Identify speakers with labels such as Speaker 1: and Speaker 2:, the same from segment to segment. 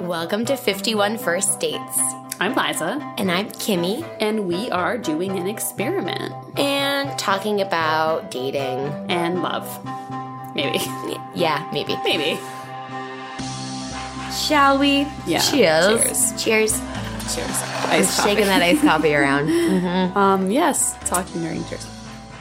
Speaker 1: Welcome to 51 First Dates.
Speaker 2: I'm Liza,
Speaker 1: And I'm Kimmy,
Speaker 2: and we are doing an experiment
Speaker 1: and talking about dating.
Speaker 2: and love. Maybe.
Speaker 1: Yeah, maybe.
Speaker 2: Maybe.
Speaker 1: Shall we?
Speaker 2: Yeah.
Speaker 1: Cheers. Cheers. Cheers. I'm
Speaker 2: Ice coffee.
Speaker 1: shaking that iced coffee around.
Speaker 2: Um, yes, talking during cheers.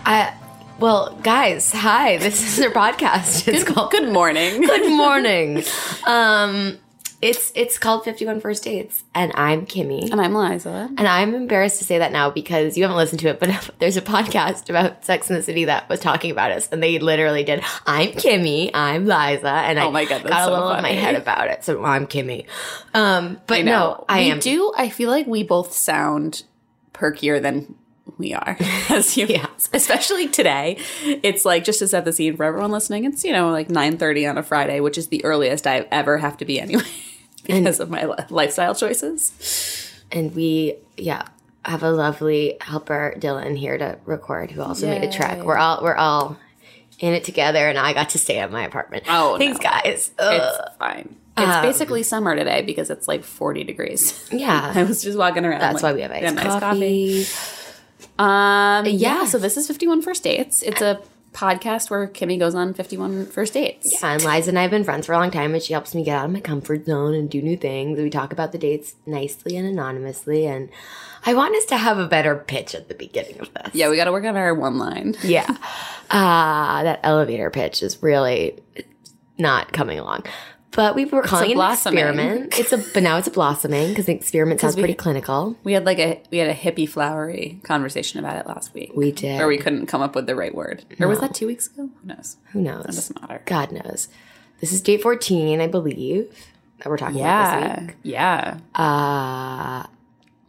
Speaker 1: I, well, guys, hi. This is our podcast. It's called
Speaker 2: Good morning.
Speaker 1: Good Morning. Um, it's it's called 51 First Dates, and I'm Kimmy.
Speaker 2: and I'm Liza.
Speaker 1: And I'm embarrassed to say that now because you haven't listened to it, but there's a podcast about Sex in the City that was talking about us, and they literally did. I'm Kimmy. I'm Liza, and I
Speaker 2: Oh my God, that's
Speaker 1: got a
Speaker 2: so
Speaker 1: little in my
Speaker 2: funny.
Speaker 1: head about it. So I'm Kimmy. Um, but no, I
Speaker 2: we
Speaker 1: am.
Speaker 2: do. I feel like we both sound perkier than we are as humans,
Speaker 1: Yeah.
Speaker 2: especially today. It's like just to set the scene for everyone listening. It's you know like nine thirty on a Friday, which is the earliest I ever have to be anyway because of my li- lifestyle choices.
Speaker 1: and we yeah have a lovely helper Dylan here to record, who also made a track. We're all we're all in it together, and I got to stay at my apartment.
Speaker 2: Oh,
Speaker 1: thanks,
Speaker 2: no.
Speaker 1: guys.
Speaker 2: It's
Speaker 1: Ugh.
Speaker 2: fine. It's
Speaker 1: um,
Speaker 2: basically summer today because it's like forty degrees.
Speaker 1: yeah,
Speaker 2: I was just walking around.
Speaker 1: that's
Speaker 2: like,
Speaker 1: why we have iced,
Speaker 2: getting
Speaker 1: coffee.
Speaker 2: Um, yeah,
Speaker 1: Yes.
Speaker 2: so this is 51 First Dates. It's a podcast where Kimmy goes on 51 First Dates.
Speaker 1: And Liza and I have been friends for a long time, and she helps me get out of my comfort zone and do new things. We talk about the dates nicely and anonymously, and I want us to have a better pitch at the beginning of this.
Speaker 2: Yeah, we got to work on our one line.
Speaker 1: Yeah. Uh, that elevator pitch is really not coming along. But we were calling it an
Speaker 2: blossoming.
Speaker 1: experiment. It's a but now it's a blossoming because the experiment sounds pretty clinical.
Speaker 2: We had like a we had a hippie flowery conversation about it last week.
Speaker 1: We did.
Speaker 2: or we couldn't come up with the right word. Or was that two weeks ago? Who knows?
Speaker 1: Who knows?
Speaker 2: Doesn't matter.
Speaker 1: God knows. This is date 14, I believe, that we're talking about this week.
Speaker 2: Yeah, yeah.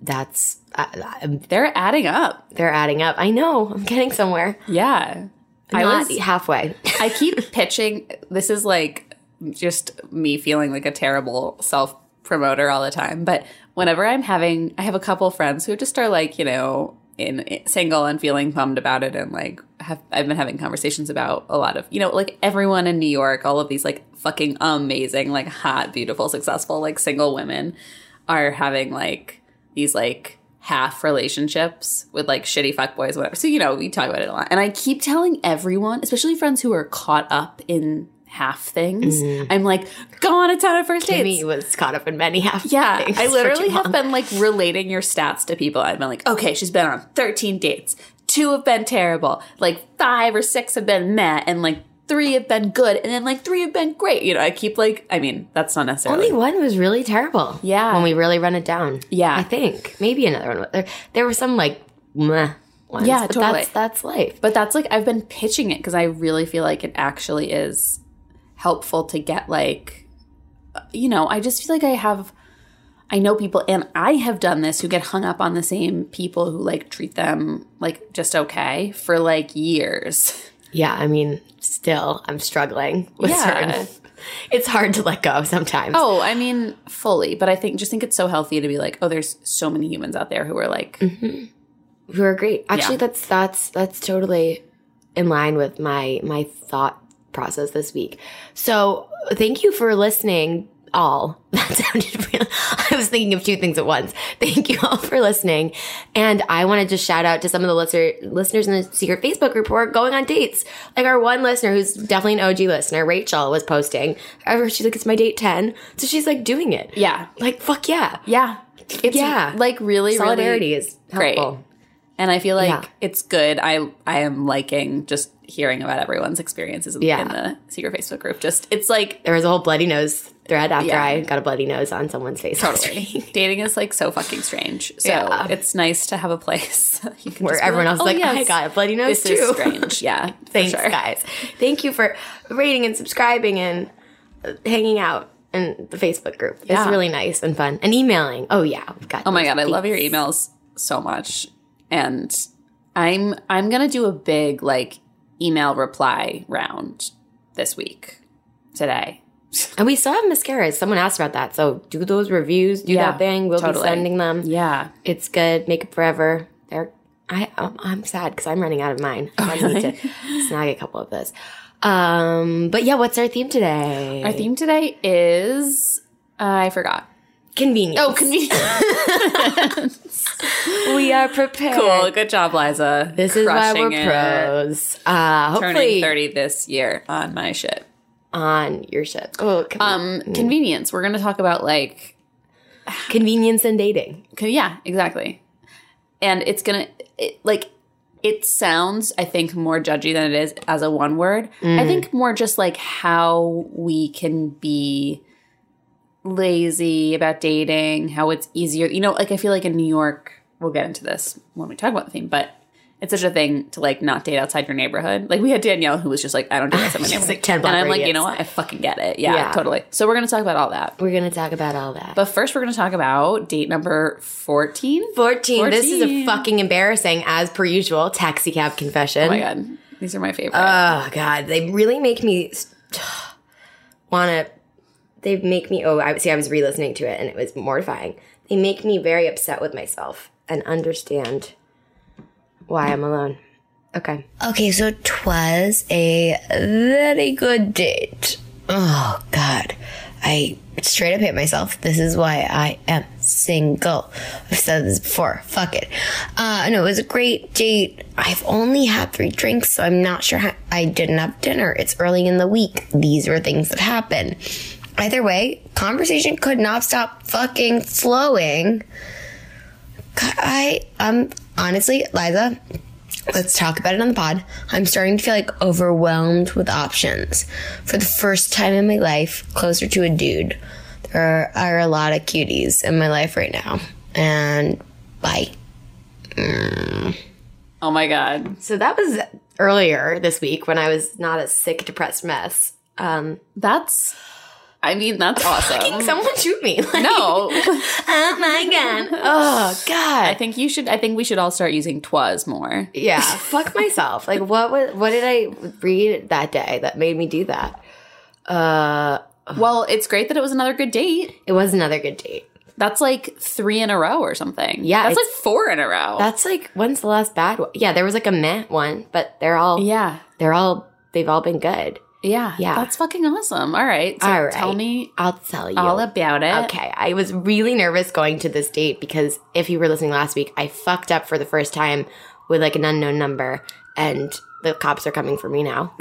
Speaker 1: That's uh, uh,
Speaker 2: They're adding up.
Speaker 1: they're adding up. I know. I'm getting somewhere.
Speaker 2: Yeah, I
Speaker 1: not
Speaker 2: was.
Speaker 1: halfway.
Speaker 2: I keep pitching. This is like just me feeling like a terrible self promoter all the time. But whenever I'm having, I have a couple friends who just are like, you know, in single and feeling bummed about it, and like have I've been having conversations about a lot of, you know, like everyone in New York, all of these like fucking amazing, like hot, beautiful, successful, like single women are having like these like half relationships with like shitty fuck boys, whatever. So you know, we talk about it a lot, and I keep telling everyone, especially friends who are caught up in half things.
Speaker 1: Mm-hmm.
Speaker 2: I'm like, go on a ton of first dates.
Speaker 1: Kimmy was caught up in many half.
Speaker 2: Yeah,
Speaker 1: things
Speaker 2: I
Speaker 1: for
Speaker 2: literally
Speaker 1: too
Speaker 2: have
Speaker 1: long.
Speaker 2: been like relating your stats to people. I've been like, okay, she's been on 13 dates. Two have been terrible. Like five or six have been met, and like three have been good, and then like three have been great. You know, I keep like, I mean, that's not necessarily.
Speaker 1: Only one was really terrible.
Speaker 2: Yeah.
Speaker 1: When we really run it down.
Speaker 2: Yeah.
Speaker 1: I think. Maybe another one. was- There, there were some like meh ones.
Speaker 2: Yeah,
Speaker 1: but
Speaker 2: totally.
Speaker 1: That's, that's life.
Speaker 2: But that's like I've been pitching it because I really feel like it actually is helpful to get like, you know, I just feel like I have, I know people and I have done this who get hung up on the same people who like treat them like just okay for like years.
Speaker 1: Yeah, I mean, still, I'm struggling with
Speaker 2: Yeah.
Speaker 1: certain. It's hard to let go sometimes.
Speaker 2: Oh, I mean, fully. But I think just think it's so healthy to be like, oh, there's so many humans out there who are like,
Speaker 1: you were great. Actually,
Speaker 2: Yeah.
Speaker 1: that's that's that's totally in line with my my thought process this week. So thank you for listening. All that sounded real. I was thinking of two things at once. Thank you all for listening, and I want to just shout out to some of the listener, listeners in the secret Facebook group who are going on dates. Like our one listener who's definitely an OG listener, Rachel, was posting. However, she's like, "It's my date 10. so she's like doing it.
Speaker 2: yeah,
Speaker 1: like fuck yeah,
Speaker 2: yeah, it's
Speaker 1: Yeah.
Speaker 2: like really
Speaker 1: solidarity
Speaker 2: really,
Speaker 1: is
Speaker 2: great.
Speaker 1: helpful.
Speaker 2: and I feel like
Speaker 1: Yeah.
Speaker 2: it's good. I I am liking just hearing about everyone's experiences in,
Speaker 1: Yeah.
Speaker 2: in the secret Facebook group. Just it's like
Speaker 1: there was a whole bloody nose thread after
Speaker 2: Yeah.
Speaker 1: I got a bloody nose on someone's face.
Speaker 2: totally dating is like so fucking strange. So
Speaker 1: Yeah.
Speaker 2: it's nice to have a place you can
Speaker 1: Where
Speaker 2: just be
Speaker 1: everyone else is
Speaker 2: "Oh,
Speaker 1: like,
Speaker 2: yes,
Speaker 1: I got a bloody nose
Speaker 2: This
Speaker 1: too.
Speaker 2: is strange. Yeah, for
Speaker 1: Thanks,
Speaker 2: sure.
Speaker 1: guys. Thank you for rating and subscribing and hanging out in the Facebook group. It's
Speaker 2: Yeah.
Speaker 1: really nice and fun. And emailing. Oh yeah, we've got.
Speaker 2: Oh my god, I love your emails so much. And I'm I'm going to do a big like email reply round this week today.
Speaker 1: And we still have mascaras. Someone asked about that. So do those reviews. Do
Speaker 2: Yeah,
Speaker 1: that thing. We'll
Speaker 2: totally.
Speaker 1: be sending them.
Speaker 2: Yeah.
Speaker 1: It's good. Makeup forever. They're. I I'm, I'm sad because I'm running out of mine. I need to snag a couple of those. Um, but yeah, what's our theme today?
Speaker 2: Our theme today is I forgot.
Speaker 1: convenience.
Speaker 2: Oh, convenience.
Speaker 1: we are prepared.
Speaker 2: cool. Good job, Liza.
Speaker 1: This is why we're
Speaker 2: Crushing it.
Speaker 1: pros. Uh,
Speaker 2: Turning
Speaker 1: hopefully
Speaker 2: 30 this year on my shit.
Speaker 1: on your ship. Oh, con-
Speaker 2: Um, convenience. We're going to talk about like
Speaker 1: Um, convenience and dating.
Speaker 2: Co- Yeah, exactly. And it's gonna it, like it sounds, I think, more judgy than it is as a one word.
Speaker 1: Mm.
Speaker 2: I think more just like how we can be lazy about dating, how it's easier. You know, like I feel like in New York, we'll get into this when we talk about the theme, but it's such a thing to like not date outside your neighborhood. Like we had Danielle who was just like, I don't date outside my
Speaker 1: She's
Speaker 2: neighborhood.
Speaker 1: like, 10
Speaker 2: and
Speaker 1: block
Speaker 2: I'm like, you
Speaker 1: radius.
Speaker 2: know what? I fucking get it. Yeah,
Speaker 1: Yeah.
Speaker 2: totally. So we're gonna talk about all that.
Speaker 1: We're gonna talk about all that.
Speaker 2: But first, we're gonna talk about date number fourteen.
Speaker 1: 14, This is a
Speaker 2: 14.
Speaker 1: fucking embarrassing, as per usual, taxi cab confession.
Speaker 2: Oh my god, these are my favorite.
Speaker 1: Oh god, they really make me want to. They make me. Oh, I see. I was re-listening to it, and it was mortifying. They make me very upset with myself and understand why I'm alone. Okay. Okay, so twas a very good date. Oh god, I straight up hate myself. This is why I am single. I've said this before. Fuck it. Uh, no, it was a great date. I've only had three drinks, so I'm not sure how I didn't have dinner. It's early in the week. These were things that happen. Either way, conversation could not stop fucking flowing. God, I um honestly, Liza, let's talk about it on the pod. I'm starting to feel like overwhelmed with options. For the first time in my life, closer to a dude. There are a lot of cuties in my life right now. And bye.
Speaker 2: oh my god,
Speaker 1: So that was earlier this week when I was not a sick, depressed mess.
Speaker 2: that's. I mean, that's awesome.
Speaker 1: Someone shoot me.
Speaker 2: no,
Speaker 1: oh my god. Oh
Speaker 2: I
Speaker 1: god.
Speaker 2: think you should. I think we should all start using "twas" more.
Speaker 1: Yeah. Fuck myself. Like what was what did I read that day that made me do that?
Speaker 2: Well, it's great that it was another good date.
Speaker 1: It was another good date.
Speaker 2: That's like three in a row or something.
Speaker 1: Yeah,
Speaker 2: that's like
Speaker 1: it's-
Speaker 2: four in a row.
Speaker 1: That's like when's the last bad one? Yeah, there was like a meh one, but they're all
Speaker 2: yeah,
Speaker 1: they're all they've all been good.
Speaker 2: yeah,
Speaker 1: Yeah.
Speaker 2: That's fucking awesome. All right, so
Speaker 1: All right.
Speaker 2: tell me
Speaker 1: I'll tell you.
Speaker 2: all about it.
Speaker 1: Okay, I was really nervous going to this date because if you were listening last week, I fucked up for the first time with like an unknown number, and the cops are coming for me now.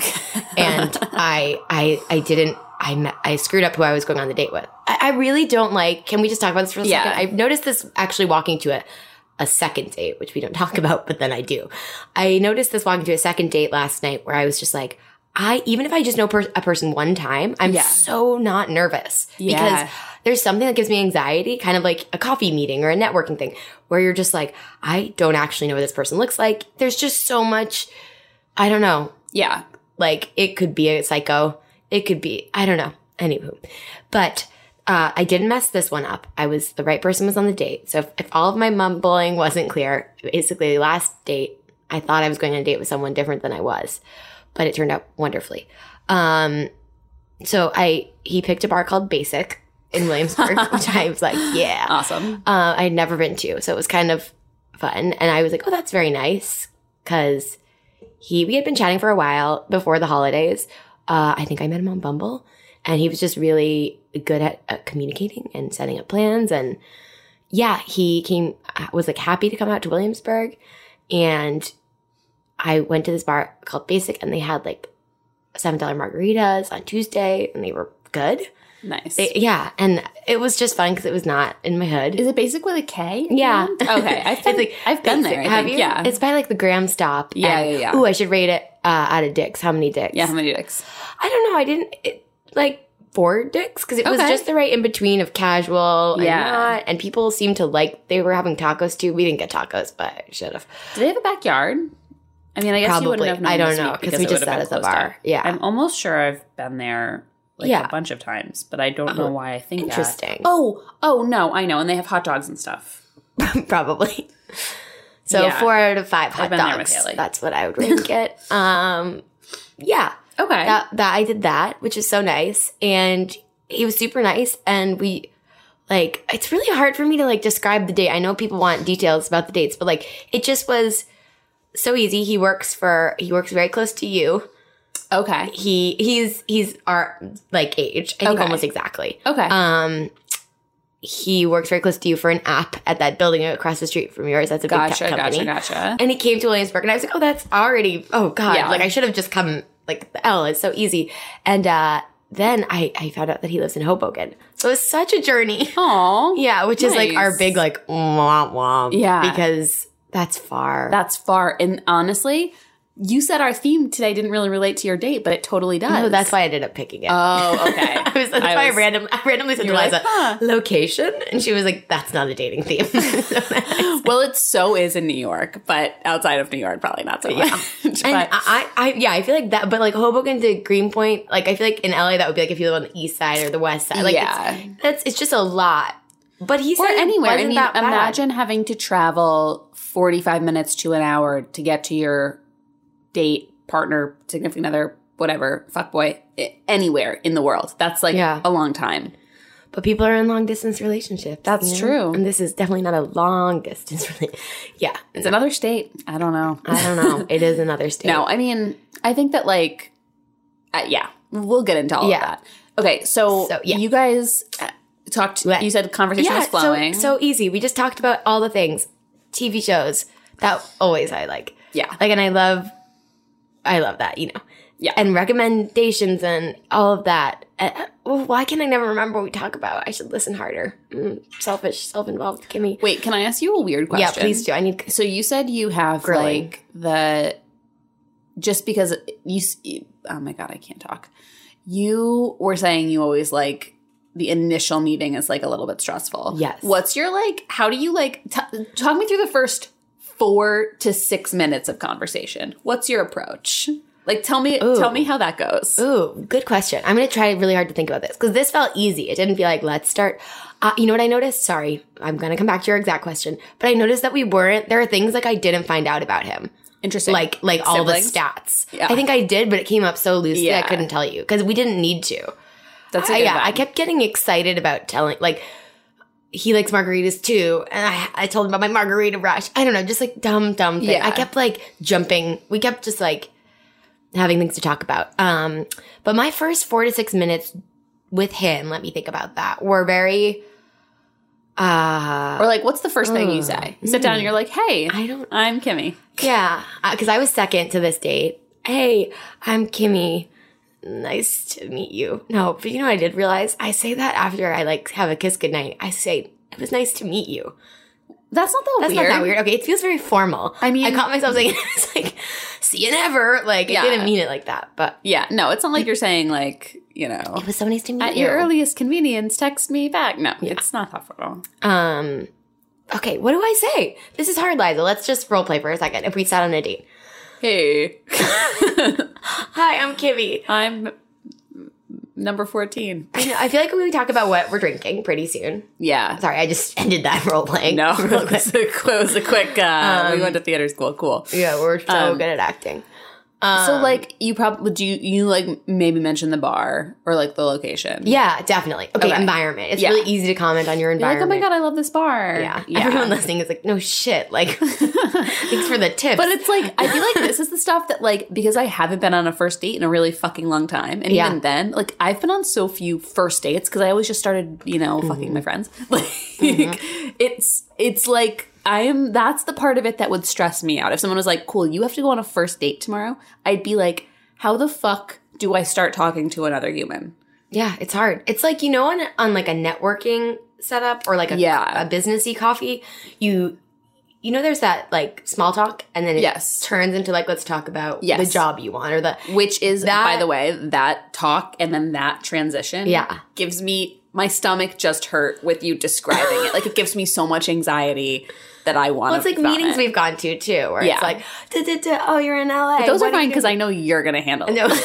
Speaker 1: and I, I, I didn't. I, me- I screwed up who I was going on the date with. I, I really don't like. Can we just talk about this for a
Speaker 2: Yeah.
Speaker 1: second? I've noticed this actually walking to a a second date, which we don't talk about, but then I do. I noticed this walking to a second date last night where I was just like, I even if I just know per- a person one time, I'm
Speaker 2: Yeah.
Speaker 1: so not nervous
Speaker 2: Yeah.
Speaker 1: because there's something that gives me anxiety, kind of like a coffee meeting or a networking thing, where you're just like, I don't actually know what this person looks like. There's just so much, I don't know.
Speaker 2: Yeah,
Speaker 1: Like it could be a psycho, it could be, I don't know. Anywho, but uh, I did mess this one up. I was the right person was on the date. So if, if all of my mumbling wasn't clear, basically the last date, I thought I was going on a date with someone different than I was, but it turned out wonderfully. Um, so I he picked a bar called Basic in Williamsburg, which I was like, yeah,
Speaker 2: awesome.
Speaker 1: uh, I'd never been to. So it was kind of fun. And I was like, oh, that's very nice. Cause he, we had been chatting for a while before the holidays. Uh, I think I met him on Bumble and he was just really good at, at communicating and setting up plans. And yeah, he came, uh, was like happy to come out to Williamsburg. And I went to this bar called Basic and they had like $7 margaritas on Tuesday and they were good.
Speaker 2: Nice.
Speaker 1: They- yeah. And it was just fun because it was not in my hood.
Speaker 2: is it basic with a K?
Speaker 1: Yeah.
Speaker 2: Okay. I've been,
Speaker 1: It's like-
Speaker 2: I've been there. I
Speaker 1: Have
Speaker 2: think.
Speaker 1: you?
Speaker 2: Yeah.
Speaker 1: It's by like the Graham stop.
Speaker 2: Yeah, yeah, yeah.
Speaker 1: Ooh, I should rate it uh, out of dicks. How many dicks?
Speaker 2: yeah. How many dicks?
Speaker 1: I don't know. I didn't it, like four dicks because it was
Speaker 2: Okay.
Speaker 1: just the right in between of casual
Speaker 2: Yeah.
Speaker 1: and not. And people seemed to like they were having tacos too. We didn't get tacos, but I should have.
Speaker 2: Do they have a backyard? I mean, I guess you
Speaker 1: Probably.
Speaker 2: wouldn't have known.
Speaker 1: I don't
Speaker 2: this
Speaker 1: know,
Speaker 2: week
Speaker 1: 'cause we
Speaker 2: it
Speaker 1: just
Speaker 2: would have
Speaker 1: sat
Speaker 2: been
Speaker 1: at the
Speaker 2: closed
Speaker 1: bar.
Speaker 2: up.
Speaker 1: Yeah.
Speaker 2: I'm almost sure I've been there like
Speaker 1: Yeah. Uh-huh.
Speaker 2: a bunch of times, but I don't know why I think that.
Speaker 1: Interesting.
Speaker 2: Oh, oh no, I know. And they have hot dogs and stuff.
Speaker 1: probably. So
Speaker 2: Yeah.
Speaker 1: four out of five hot
Speaker 2: been there with
Speaker 1: dogs.
Speaker 2: Haley.
Speaker 1: That's what I would rank it. Um, yeah,
Speaker 2: Okay.
Speaker 1: that, that I did that, which is so nice, and he was super nice, and we like it's really hard for me to like describe the date. I know people want details about the dates, but like it just was so easy. He works for he works very close to you.
Speaker 2: okay.
Speaker 1: He he's he's our like age. I think
Speaker 2: Okay.
Speaker 1: almost exactly.
Speaker 2: Okay.
Speaker 1: Um, he works very close to you for an app at that building across the street from yours. That's a
Speaker 2: gotcha,
Speaker 1: big tech company.
Speaker 2: gotcha, gotcha.
Speaker 1: And he came to Williamsburg, and I was like, "Oh, that's already oh god!
Speaker 2: Yeah.
Speaker 1: Like I should have just come. Like the L is so easy." And uh, then I I found out that he lives in Hoboken, so it's such a journey.
Speaker 2: Aw.
Speaker 1: Yeah, which is like our
Speaker 2: Nice.
Speaker 1: big like womp womp.
Speaker 2: Yeah.
Speaker 1: because that's far.
Speaker 2: That's far. And honestly, you said our theme today didn't really relate to your date, but it totally does.
Speaker 1: no, that's why I ended up picking it.
Speaker 2: Oh, okay.
Speaker 1: I was, that's
Speaker 2: I
Speaker 1: why
Speaker 2: was-
Speaker 1: I random I randomly said to
Speaker 2: You were like,
Speaker 1: Liza
Speaker 2: "Huh."
Speaker 1: location, and she was like, "That's not a dating theme."
Speaker 2: well, it so is in New York, but outside of New York, probably not so much.
Speaker 1: And I,
Speaker 2: But-
Speaker 1: I, I, yeah, I feel like that, but like Hoboken to Greenpoint, like I feel like in LA that would be like if you live on the east side or the west side. Like,
Speaker 2: Yeah.
Speaker 1: it's, that's it's just a lot. But he
Speaker 2: or
Speaker 1: said it
Speaker 2: anywhere. I
Speaker 1: wasn't
Speaker 2: mean,
Speaker 1: that bad.
Speaker 2: imagine having to travel 45 minutes to an hour to get to your date, partner, significant other, whatever, fuckboy, i- anywhere in the world. That's like
Speaker 1: Yeah.
Speaker 2: a long time.
Speaker 1: But people are in long distance relationships.
Speaker 2: That's true.
Speaker 1: And this is definitely not a long distance. Really, yeah,
Speaker 2: It's another state. I don't know.
Speaker 1: I don't know. It is another state.
Speaker 2: No, I mean, I think that like, uh, yeah, we'll get into all
Speaker 1: Yeah.
Speaker 2: of that. Okay, so,
Speaker 1: So, yeah.
Speaker 2: you guys uh, talked.
Speaker 1: Let-
Speaker 2: You said conversation
Speaker 1: yeah,
Speaker 2: was flowing.
Speaker 1: so so easy. We just talked about all the things, TV shows that always I like.
Speaker 2: yeah,
Speaker 1: Like, and I love, I love that, you know.
Speaker 2: Yeah.
Speaker 1: And recommendations and all of that. Uh, well, why can I never remember what we talk about? I should listen harder. Mm, selfish, self-involved, Kimmy.
Speaker 2: Wait, can I ask you a weird question?
Speaker 1: Yeah, please do. I need.
Speaker 2: So you said you have
Speaker 1: Grilling.
Speaker 2: like the just because you s- oh my god, I can't talk. You were saying you always like the initial meeting is like a little bit stressful.
Speaker 1: Yes.
Speaker 2: What's your like how do you like t- talk me through the first 4 to 6 minutes of conversation. What's your approach? Like tell me tell me how that goes.
Speaker 1: Ooh, good question. I'm gonna try really hard to think about this because this felt easy. It didn't feel like let's start. Uh, you know what I noticed? Sorry, I'm gonna come back to your exact question, but I noticed that we weren't. There are things like I didn't find out about him.
Speaker 2: Interesting.
Speaker 1: like like all the
Speaker 2: Siblings?
Speaker 1: stats.
Speaker 2: Yeah.
Speaker 1: I think I did, but it came up so loosely I
Speaker 2: Yeah.
Speaker 1: couldn't tell you because we didn't need to.
Speaker 2: that's a
Speaker 1: I-
Speaker 2: good
Speaker 1: yeah, I
Speaker 2: vibe.
Speaker 1: kept getting excited about telling like he likes margaritas too, and I, I told him about my margarita rush. I don't know, just like dumb dumb thing.
Speaker 2: Yeah.
Speaker 1: I kept like jumping. We kept just like having things to talk about. Um, but my first four to six minutes with him, let me think about that. Were very. Uh,
Speaker 2: or like what's the first thing you say? Sit down and you're like, "Hey,
Speaker 1: Mm. I don't
Speaker 2: I'm Kimmy."
Speaker 1: Yeah, because I was second to this date. Hey, I'm Kimmy. Nice to meet you. No, but you know what I did realize? I say that after I like have a kiss goodnight. I say it was nice to meet you.
Speaker 2: That's not that
Speaker 1: That's
Speaker 2: weird.
Speaker 1: not that weird. Okay, it feels very formal.
Speaker 2: I mean-
Speaker 1: I caught myself saying it's like see you never. Like
Speaker 2: Yeah.
Speaker 1: I didn't mean it like that, but
Speaker 2: Yeah, no, it's not like you're saying like you know
Speaker 1: it was so nice to meet
Speaker 2: at
Speaker 1: you.
Speaker 2: your earliest convenience, text me back. No, it's not that formal.
Speaker 1: Um, okay, what do I say? This is hard, Liza. Let's just role play for a second. If we sat on a date,
Speaker 2: Hey,
Speaker 1: hi, I'm Kimmy.
Speaker 2: I'm number fourteen.
Speaker 1: I know. I feel like we talk about what we're drinking pretty soon.
Speaker 2: Yeah,
Speaker 1: Sorry, I just ended that role playing.
Speaker 2: no, it was a quick. It was a quick uh, we went to theater school. Cool. Um,
Speaker 1: Yeah, we're so good at acting.
Speaker 2: so like you probably do you, you like maybe mention the bar or like the location.
Speaker 1: Yeah, definitely. Okay,
Speaker 2: Okay.
Speaker 1: environment. It's
Speaker 2: Yeah.
Speaker 1: really easy to comment on your
Speaker 2: You're like oh
Speaker 1: environment.
Speaker 2: my god, I love this bar.
Speaker 1: Yeah. Everyone listening is like, no shit. Like, thanks for the tips.
Speaker 2: But it's like I feel like this is the stuff that like because I haven't been on a first date in a really fucking long time, and
Speaker 1: Yeah.
Speaker 2: even then, like I've been on so few first dates because I always just started, you know, fucking my friends. Like it's it's like I am. That's the part of it that would stress me out. If someone was like, "Cool, you have to go on a first date tomorrow," I'd be like, "How the fuck do I start talking to another human?"
Speaker 1: yeah, it's hard. It's like, you know, on, on like a networking setup or like a,
Speaker 2: Yeah.
Speaker 1: a businessy coffee, you you know there's that like small talk and then it
Speaker 2: Yes.
Speaker 1: turns into like let's talk about
Speaker 2: Yes.
Speaker 1: the job you want or the
Speaker 2: Which is, by
Speaker 1: That-
Speaker 2: the way, that talk and then that transition,
Speaker 1: Yeah.
Speaker 2: gives me my stomach just hurt with you describing it. Like it gives me so much anxiety that I want.
Speaker 1: Well, it's like meetings we've gone to too, where
Speaker 2: Yeah.
Speaker 1: it's like, duh, duh, duh, oh, you're in LA.
Speaker 2: Those
Speaker 1: What
Speaker 2: are fine
Speaker 1: you
Speaker 2: because I know you're gonna handle.
Speaker 1: No.
Speaker 2: No,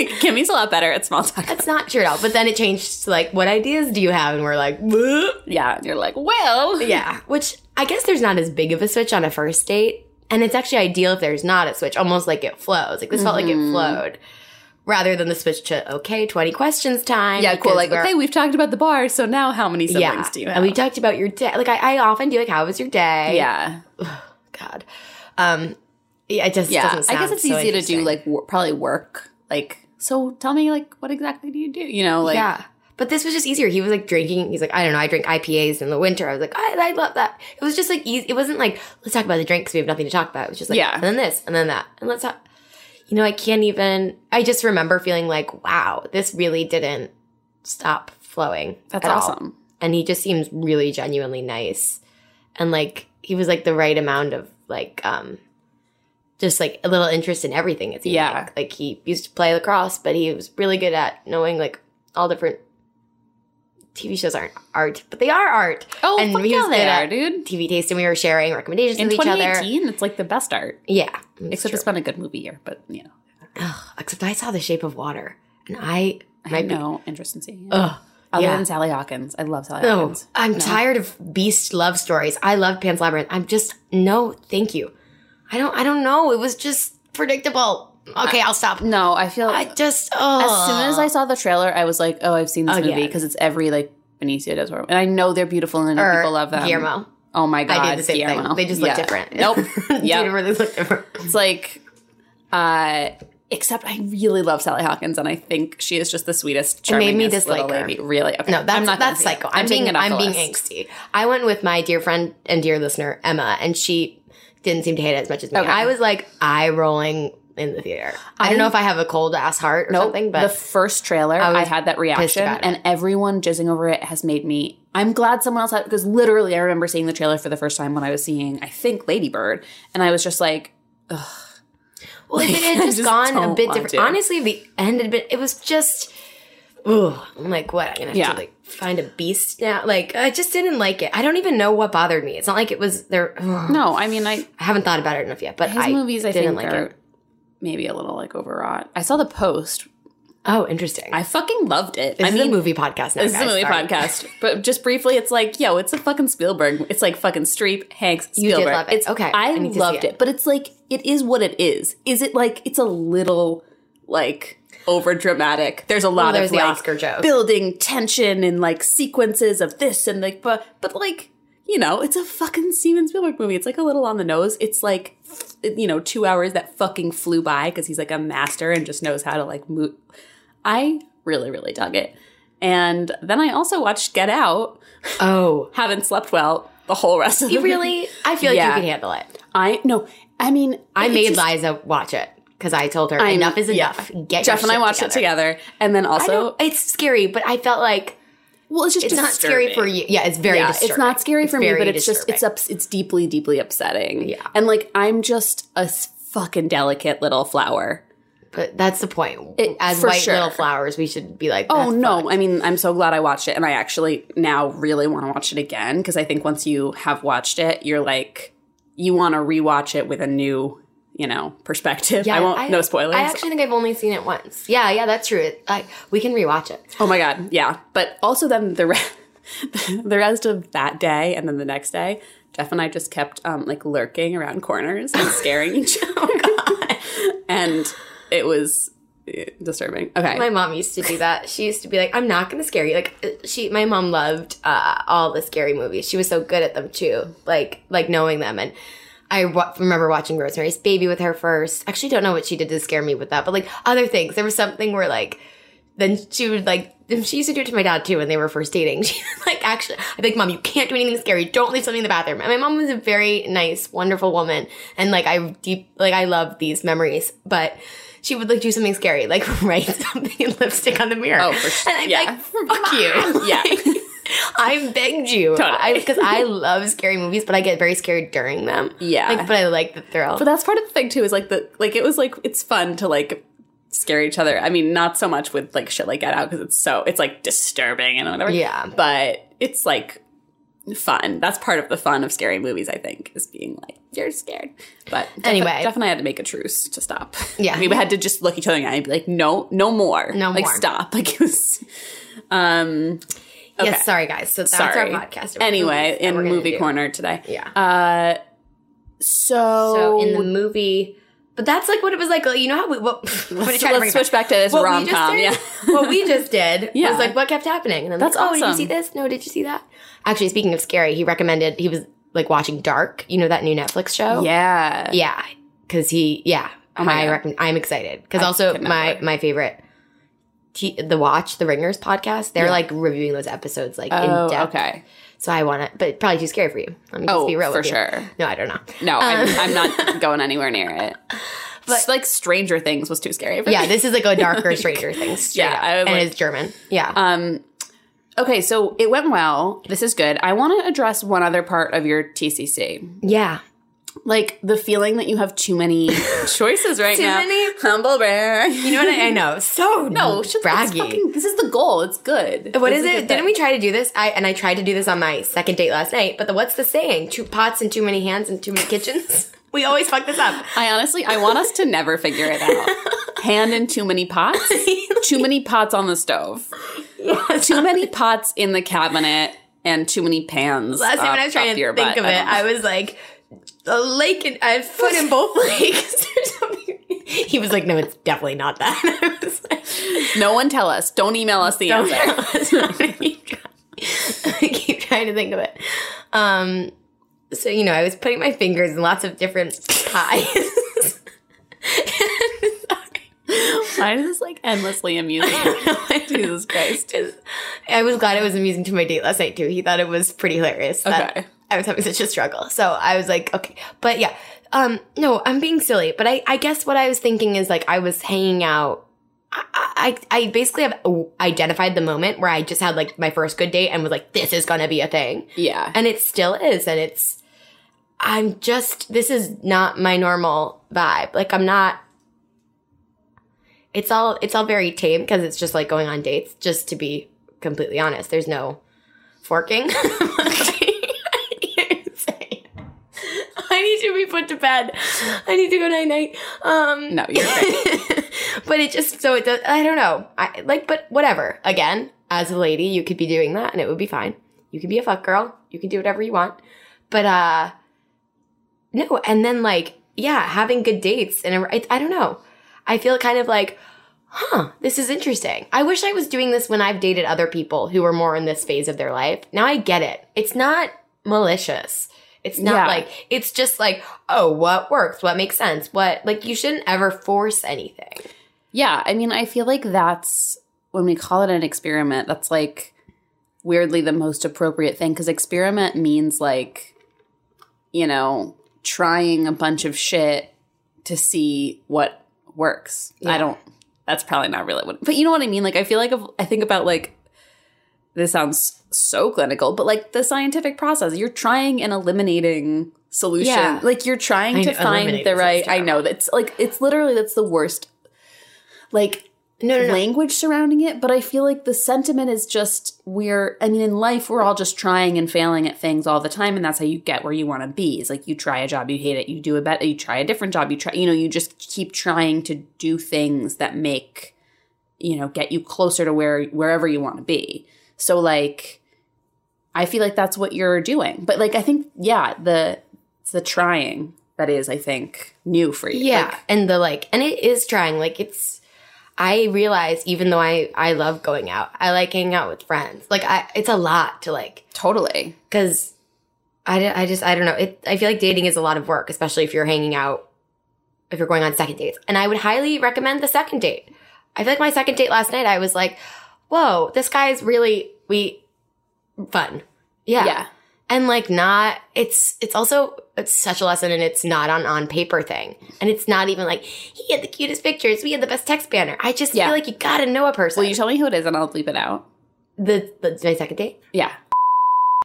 Speaker 2: Kimmy's a lot better at small talk.
Speaker 1: That's not true at all. But then it changed to like, what ideas do you have? And we're like, "Bleh."
Speaker 2: Yeah, and you're like, well,
Speaker 1: yeah. Which I guess there's not as big of a switch on a first date. And it's actually ideal if there's not a switch, almost like it flows. Like this felt like
Speaker 2: Mm-hmm.
Speaker 1: it flowed rather than the switch to, okay, 20 questions time.
Speaker 2: yeah, cool.
Speaker 1: because
Speaker 2: Like,
Speaker 1: we're-
Speaker 2: okay, we've talked about the bar, so now how many siblings
Speaker 1: yeah.
Speaker 2: do you have?
Speaker 1: And we talked about your day. Like I, I often do, like, how was your day?
Speaker 2: yeah,
Speaker 1: God. Um, yeah, it just
Speaker 2: yeah.
Speaker 1: doesn't
Speaker 2: I
Speaker 1: sound
Speaker 2: guess it's
Speaker 1: so
Speaker 2: easy to do
Speaker 1: interesting.
Speaker 2: like wor- probably work. Like, so tell me, like, what exactly do you do? You know, like,
Speaker 1: yeah. But this was just easier. He was like drinking. He's like, I don't know. I drink IPAs in the winter. I was like, I, I love that. It was just like easy. It wasn't like let's talk about the drinks. We have nothing to talk about. It was just like
Speaker 2: Yeah.
Speaker 1: and then this and then that and let's talk. You know, I can't even. I just remember feeling like, wow, this really didn't stop flowing.
Speaker 2: that's
Speaker 1: at all.
Speaker 2: awesome.
Speaker 1: And he just seems really genuinely nice, and like he was like the right amount of like um, just like a little interest in everything. It seemed
Speaker 2: Yeah.
Speaker 1: like. like he used to play lacrosse, but he was really good at knowing like all different TV shows aren't art, but they are art.
Speaker 2: Oh,
Speaker 1: and
Speaker 2: fuck
Speaker 1: he
Speaker 2: yeah,
Speaker 1: was good
Speaker 2: they are,
Speaker 1: at
Speaker 2: dude.
Speaker 1: TV taste, and we were sharing recommendations
Speaker 2: In
Speaker 1: with each other.
Speaker 2: 2018, it's like the best art.
Speaker 1: Yeah,
Speaker 2: Except it's been a good movie year, but you know,
Speaker 1: Ugh, except I saw The Shape of Water, and I
Speaker 2: I
Speaker 1: might
Speaker 2: have
Speaker 1: be.
Speaker 2: no interest in seeing it.
Speaker 1: Ugh,
Speaker 2: Other
Speaker 1: yeah.
Speaker 2: than Sally Hawkins, I love Sally
Speaker 1: No,
Speaker 2: Hawkins.
Speaker 1: Oh, I'm
Speaker 2: No.
Speaker 1: tired of beast love stories. I love Pan's Labyrinth. I'm just no, thank you. I don't. I don't know. It was just predictable. Okay, I'll stop.
Speaker 2: No, I feel
Speaker 1: I just. Oh,
Speaker 2: as soon as I saw the trailer, I was like, oh, I've seen this
Speaker 1: Oh,
Speaker 2: movie 'cause movie
Speaker 1: yeah.
Speaker 2: because it's every like Benicio del Toro, and I know they're beautiful and I know
Speaker 1: Or
Speaker 2: people love them.
Speaker 1: Guillermo.
Speaker 2: Oh my god,
Speaker 1: I did the same
Speaker 2: Guillermo.
Speaker 1: thing. They just look
Speaker 2: Yeah.
Speaker 1: different.
Speaker 2: Nope.
Speaker 1: yeah,
Speaker 2: yeah,
Speaker 1: really look different.
Speaker 2: it's like, uh, except I really love Sally Hawkins, and I think she is just the sweetest.
Speaker 1: It made me
Speaker 2: charmingest little
Speaker 1: dislike her.
Speaker 2: lady. Really? Okay.
Speaker 1: No, that's
Speaker 2: I'm not gonna
Speaker 1: that's
Speaker 2: see it.
Speaker 1: psycho. I'm,
Speaker 2: taking
Speaker 1: being
Speaker 2: it off
Speaker 1: I'm
Speaker 2: the
Speaker 1: being
Speaker 2: list.
Speaker 1: angsty. I went with my dear friend and dear listener Emma, and she didn't seem to hate it as much as me.
Speaker 2: Okay.
Speaker 1: I was like eye rolling in the theater. I, don't know if I have a cold ass heart or something, but
Speaker 2: the first trailer,
Speaker 1: was
Speaker 2: I, had that reaction,
Speaker 1: about it.
Speaker 2: and everyone jizzing over it has made me. I'm glad someone else had because literally, I remember seeing the trailer for the first time when I was seeing, I think Lady Bird, and I was just like,
Speaker 1: well, if it had
Speaker 2: I
Speaker 1: just
Speaker 2: just
Speaker 1: gone a
Speaker 2: don't
Speaker 1: bit
Speaker 2: want
Speaker 1: different.
Speaker 2: to.
Speaker 1: Honestly, the end had been. It was just. Ooh, I'm like, what? I'm gonna have
Speaker 2: Yeah.
Speaker 1: to like find a beast now. Like, I just didn't like it. I don't even know what bothered me. It's not like it was there. ugh.
Speaker 2: no. I mean, I
Speaker 1: I haven't thought about it enough yet, but
Speaker 2: his
Speaker 1: I
Speaker 2: movies, I
Speaker 1: didn't
Speaker 2: think,
Speaker 1: like
Speaker 2: are
Speaker 1: it.
Speaker 2: maybe a little like overwrought. I saw the post.
Speaker 1: Oh, interesting.
Speaker 2: I fucking loved it.
Speaker 1: this
Speaker 2: I mean,
Speaker 1: is a movie podcast. Now,
Speaker 2: This
Speaker 1: guys,
Speaker 2: is a movie
Speaker 1: sorry.
Speaker 2: podcast, but just briefly, it's like, yo, it's a fucking Spielberg. It's like fucking Streep, Hanks,
Speaker 1: did
Speaker 2: Spielberg.
Speaker 1: love it.
Speaker 2: It's
Speaker 1: Okay,
Speaker 2: I,
Speaker 1: I need to see
Speaker 2: loved
Speaker 1: it.
Speaker 2: it. but it's like it is what it is. Is it like it's a little like over dramatic? There's a lot
Speaker 1: there's
Speaker 2: of
Speaker 1: the
Speaker 2: like,
Speaker 1: Oscar joke.
Speaker 2: building tension and like sequences of this and like, but but like you know, it's a fucking Steven Spielberg movie. It's like a little on the nose. It's like you know, two hours that fucking flew by because he's like a master and just knows how to like move. I really, really dug it. And then I also watched Get Out.
Speaker 1: Oh,
Speaker 2: Haven't slept well the whole rest of the
Speaker 1: You really? I feel like
Speaker 2: Yeah.
Speaker 1: you can handle it.
Speaker 2: I no. I mean,
Speaker 1: I
Speaker 2: it's
Speaker 1: made
Speaker 2: just-
Speaker 1: Liza watch it because I told her
Speaker 2: I'm-
Speaker 1: enough is
Speaker 2: yeah.
Speaker 1: enough. Get
Speaker 2: Jeff
Speaker 1: your
Speaker 2: and I
Speaker 1: shit
Speaker 2: watched it together, and then
Speaker 1: I
Speaker 2: also
Speaker 1: don't- it's scary, but I felt like
Speaker 2: well, it's just
Speaker 1: it's not scary for
Speaker 2: disturbing.
Speaker 1: you. Yeah, it's very.
Speaker 2: Yeah,
Speaker 1: disturbing.
Speaker 2: it's not scary for me,
Speaker 1: very
Speaker 2: but it's just it's
Speaker 1: disturbing.
Speaker 2: ups, it's deeply, deeply upsetting.
Speaker 1: Yeah.
Speaker 2: and like I'm just a s- fucking delicate little flower.
Speaker 1: But that's the point.
Speaker 2: It-
Speaker 1: As
Speaker 2: for
Speaker 1: white
Speaker 2: sure.
Speaker 1: little flowers, we should be like,
Speaker 2: Oh
Speaker 1: that's
Speaker 2: no! I mean, I'm so glad I watched it, and I actually now really want to watch it again because I think once you have watched it, you're like you want to rewatch it with a new, you know, perspective. I won't. no spoilers.
Speaker 1: I actually think I've only seen it once. Yeah, yeah, that's true. It, I, we can rewatch it.
Speaker 2: oh my god! Yeah, but also then the re- the rest of that day, and then the next day, Jeff and I just kept um, like lurking around corners and scaring each other, and it was eh, disturbing. Okay,
Speaker 1: My mom used to do that. She used to be like, "I'm not going to scare you." Like uh, she, my mom loved uh, all the scary movies. She was so good at them too, like like knowing them. And I wa- remember watching Rosemary's Baby with her first. Actually, don't know what she did to scare me with that, but like other things. There was something where like then she would like. and She used to do it to my dad too when they were first dating. She was like, actually, I'd be like, Mom, you can't do anything scary. Don't leave something in the bathroom. And my mom was a very nice, wonderful woman. And like, I deep, like, I love these memories, but she would like do something scary, like write something in lipstick on the mirror.
Speaker 2: Oh, for sure.
Speaker 1: And I'm
Speaker 2: Yeah.
Speaker 1: like, fuck you.
Speaker 2: yeah.
Speaker 1: I begged you.
Speaker 2: Totally.
Speaker 1: Because I, love scary movies, but I get very scared during them.
Speaker 2: Yeah.
Speaker 1: Like, but I like the thrill.
Speaker 2: But that's part of the thing too, is like the like it was like it's fun to like scare each other. I mean, not so much with like shit like Get Out because it's so it's like disturbing and whatever.
Speaker 1: Yeah.
Speaker 2: but it's like fun. That's part of the fun of scary movies. I think is being like you're scared. But Jeff-
Speaker 1: Anyway.
Speaker 2: Jeff and I had to make a truce to stop.
Speaker 1: Yeah.
Speaker 2: we had to just look each other in the eye and be like, no, no more,
Speaker 1: No
Speaker 2: like
Speaker 1: more.
Speaker 2: stop. Like it was. Um, okay.
Speaker 1: Yes, sorry guys. So that's
Speaker 2: sorry.
Speaker 1: our podcast. about
Speaker 2: Anyway,
Speaker 1: movies that
Speaker 2: in
Speaker 1: we're gonna
Speaker 2: movie
Speaker 1: do.
Speaker 2: corner today.
Speaker 1: Yeah.
Speaker 2: Uh, so,
Speaker 1: so in the movie, but that's like what it was like. You know how we what, I'm gonna
Speaker 2: let's,
Speaker 1: try to bring it back.
Speaker 2: let's switch back to this
Speaker 1: What we
Speaker 2: rom
Speaker 1: just
Speaker 2: com.
Speaker 1: did-
Speaker 2: Yeah.
Speaker 1: what we just did
Speaker 2: Yeah.
Speaker 1: was like what kept happening. And then
Speaker 2: That's
Speaker 1: like, oh, did you
Speaker 2: awesome.
Speaker 1: see this? No, did you see that? Actually, speaking of scary, he recommended he was like watching Dark. You know that new Netflix show?
Speaker 2: Yeah.
Speaker 1: yeah, because he yeah.
Speaker 2: Oh my
Speaker 1: I
Speaker 2: God.
Speaker 1: reckon I'm excited because
Speaker 2: I
Speaker 1: also
Speaker 2: could
Speaker 1: my
Speaker 2: never.
Speaker 1: my favorite. T- the Watch, the Ringers podcast, they're
Speaker 2: Yeah.
Speaker 1: like reviewing those episodes like
Speaker 2: Oh,
Speaker 1: in depth.
Speaker 2: okay.
Speaker 1: So I want to, but probably too scary for you. Let me just
Speaker 2: Oh,
Speaker 1: be real
Speaker 2: for
Speaker 1: with you.
Speaker 2: sure.
Speaker 1: No, I don't know.
Speaker 2: No, I'm, I'm not going anywhere near it.
Speaker 1: But-
Speaker 2: But like Stranger Things was too scary. For
Speaker 1: Yeah,
Speaker 2: me.
Speaker 1: this is like a darker Stranger Things.
Speaker 2: Yeah,
Speaker 1: Yeah,
Speaker 2: I would
Speaker 1: and
Speaker 2: like-
Speaker 1: it's German. Yeah,
Speaker 2: Um. Okay, so it went well. This is good. I want to address one other part of your TCC,
Speaker 1: yeah.
Speaker 2: like the feeling that you have too many choices right
Speaker 1: Too
Speaker 2: now.
Speaker 1: many?
Speaker 2: humble brag.
Speaker 1: You know what I, I know? So
Speaker 2: No, shit, that's fucking- this is the goal. It's good.
Speaker 1: What
Speaker 2: This
Speaker 1: is
Speaker 2: a
Speaker 1: it?
Speaker 2: good
Speaker 1: Didn't
Speaker 2: thing.
Speaker 1: we try to do this? I and I tried to do this on my second date last night. But the, what's the saying? Two pots and too many hands and too many kitchens. we always fuck this up.
Speaker 2: I honestly, I want us to never figure it out. Hand in too many pots. Too many pots on the stove. Too many pots in the cabinet, and too many pans.
Speaker 1: Last night
Speaker 2: up-
Speaker 1: when I was trying
Speaker 2: up
Speaker 1: to
Speaker 2: your
Speaker 1: think
Speaker 2: butt.
Speaker 1: of it,
Speaker 2: don't know.
Speaker 1: I, was like, a lake and I had foot in both legs or something. He was like, no, it's definitely not that. I was like,
Speaker 2: no one tell us. Don't email us the answer.
Speaker 1: I keep trying to think of it. Um, so you know, I was putting my fingers in lots of different pies.
Speaker 2: Why is this like endlessly amusing? Jesus Christ.
Speaker 1: I was glad it was amusing to my date last night too. He thought it was pretty hilarious. that
Speaker 2: Okay.
Speaker 1: I was having such a struggle. So I was like, okay. But yeah. Um, no, I'm being silly. But I, I guess what I was thinking is like I was hanging out. I, I, I basically have identified the moment where I just had like my first good date and was like, this is gonna be a thing.
Speaker 2: Yeah.
Speaker 1: And it still is. And it's, I'm just, this is not my normal vibe. Like, I'm not, it's all, it's all very tame because it's just like going on dates, just to be completely honest. There's no forking. I need to be put to bed. I need to go night night. Um,
Speaker 2: No, you're right.
Speaker 1: but it just so it does. I don't know. I like, but whatever. Again, as a lady, you could be doing that, and it would be fine. You could be a fuck girl. You can do whatever you want. But uh, no. And then like, yeah, having good dates, and I, I don't know. I feel kind of like, huh, this is interesting. I wish I was doing this when I've dated other people who were more in this phase of their life. Now I get it. It's not malicious. It's not
Speaker 2: Yeah.
Speaker 1: like it's just like, oh, what works? What makes sense? What like you shouldn't ever force anything.
Speaker 2: Yeah, I mean, I feel like that's when we call it an experiment, that's like weirdly the most appropriate thing because experiment means like, you know, trying a bunch of shit to see what works. I don't, that's probably not really what, but you know what I mean? Like, I feel like if, I think about like, this sounds so clinical, but like the scientific process, you're trying and eliminating solution.
Speaker 1: Yeah.
Speaker 2: Like you're trying
Speaker 1: I
Speaker 2: to
Speaker 1: know,
Speaker 2: find
Speaker 1: eliminating
Speaker 2: the
Speaker 1: sounds
Speaker 2: right. I
Speaker 1: terrible.
Speaker 2: know that's like it's literally that's the worst. Like
Speaker 1: No, no, no.
Speaker 2: language surrounding it, but I feel like the sentiment is just we're I mean in life we're all just trying and failing at things all the time and that's how you get where you want to be. Is like you try a job, you hate it, you do a better, you try a different job, you try you know, you just keep trying to do things that make you know, get you closer to where wherever you want to be. So like I feel like that's what you're doing. But like I think yeah, the it's the trying that is I think new for you.
Speaker 1: Yeah.
Speaker 2: Like,
Speaker 1: and the like and it is trying. Like it's I realize even though I I love going out, I like hanging out with friends. Like I it's a lot to like
Speaker 2: totally.
Speaker 1: because I, di- I just I don't know. It I feel like dating is a lot of work, especially if you're hanging out, if you're going on second dates. And I would highly recommend the second date. I feel like my second date last night, I was like, "Whoa, this guy's really we fun." Yeah.
Speaker 2: yeah.
Speaker 1: And like not it's it's also it's such a lesson and it's not an on paper thing. And it's not even like he had the cutest pictures, we had the best text banner. I just
Speaker 2: Yeah.
Speaker 1: feel like you got to know a person.
Speaker 2: Will you tell me who it is and I'll bleep it out?
Speaker 1: the, the my second date
Speaker 2: Yeah.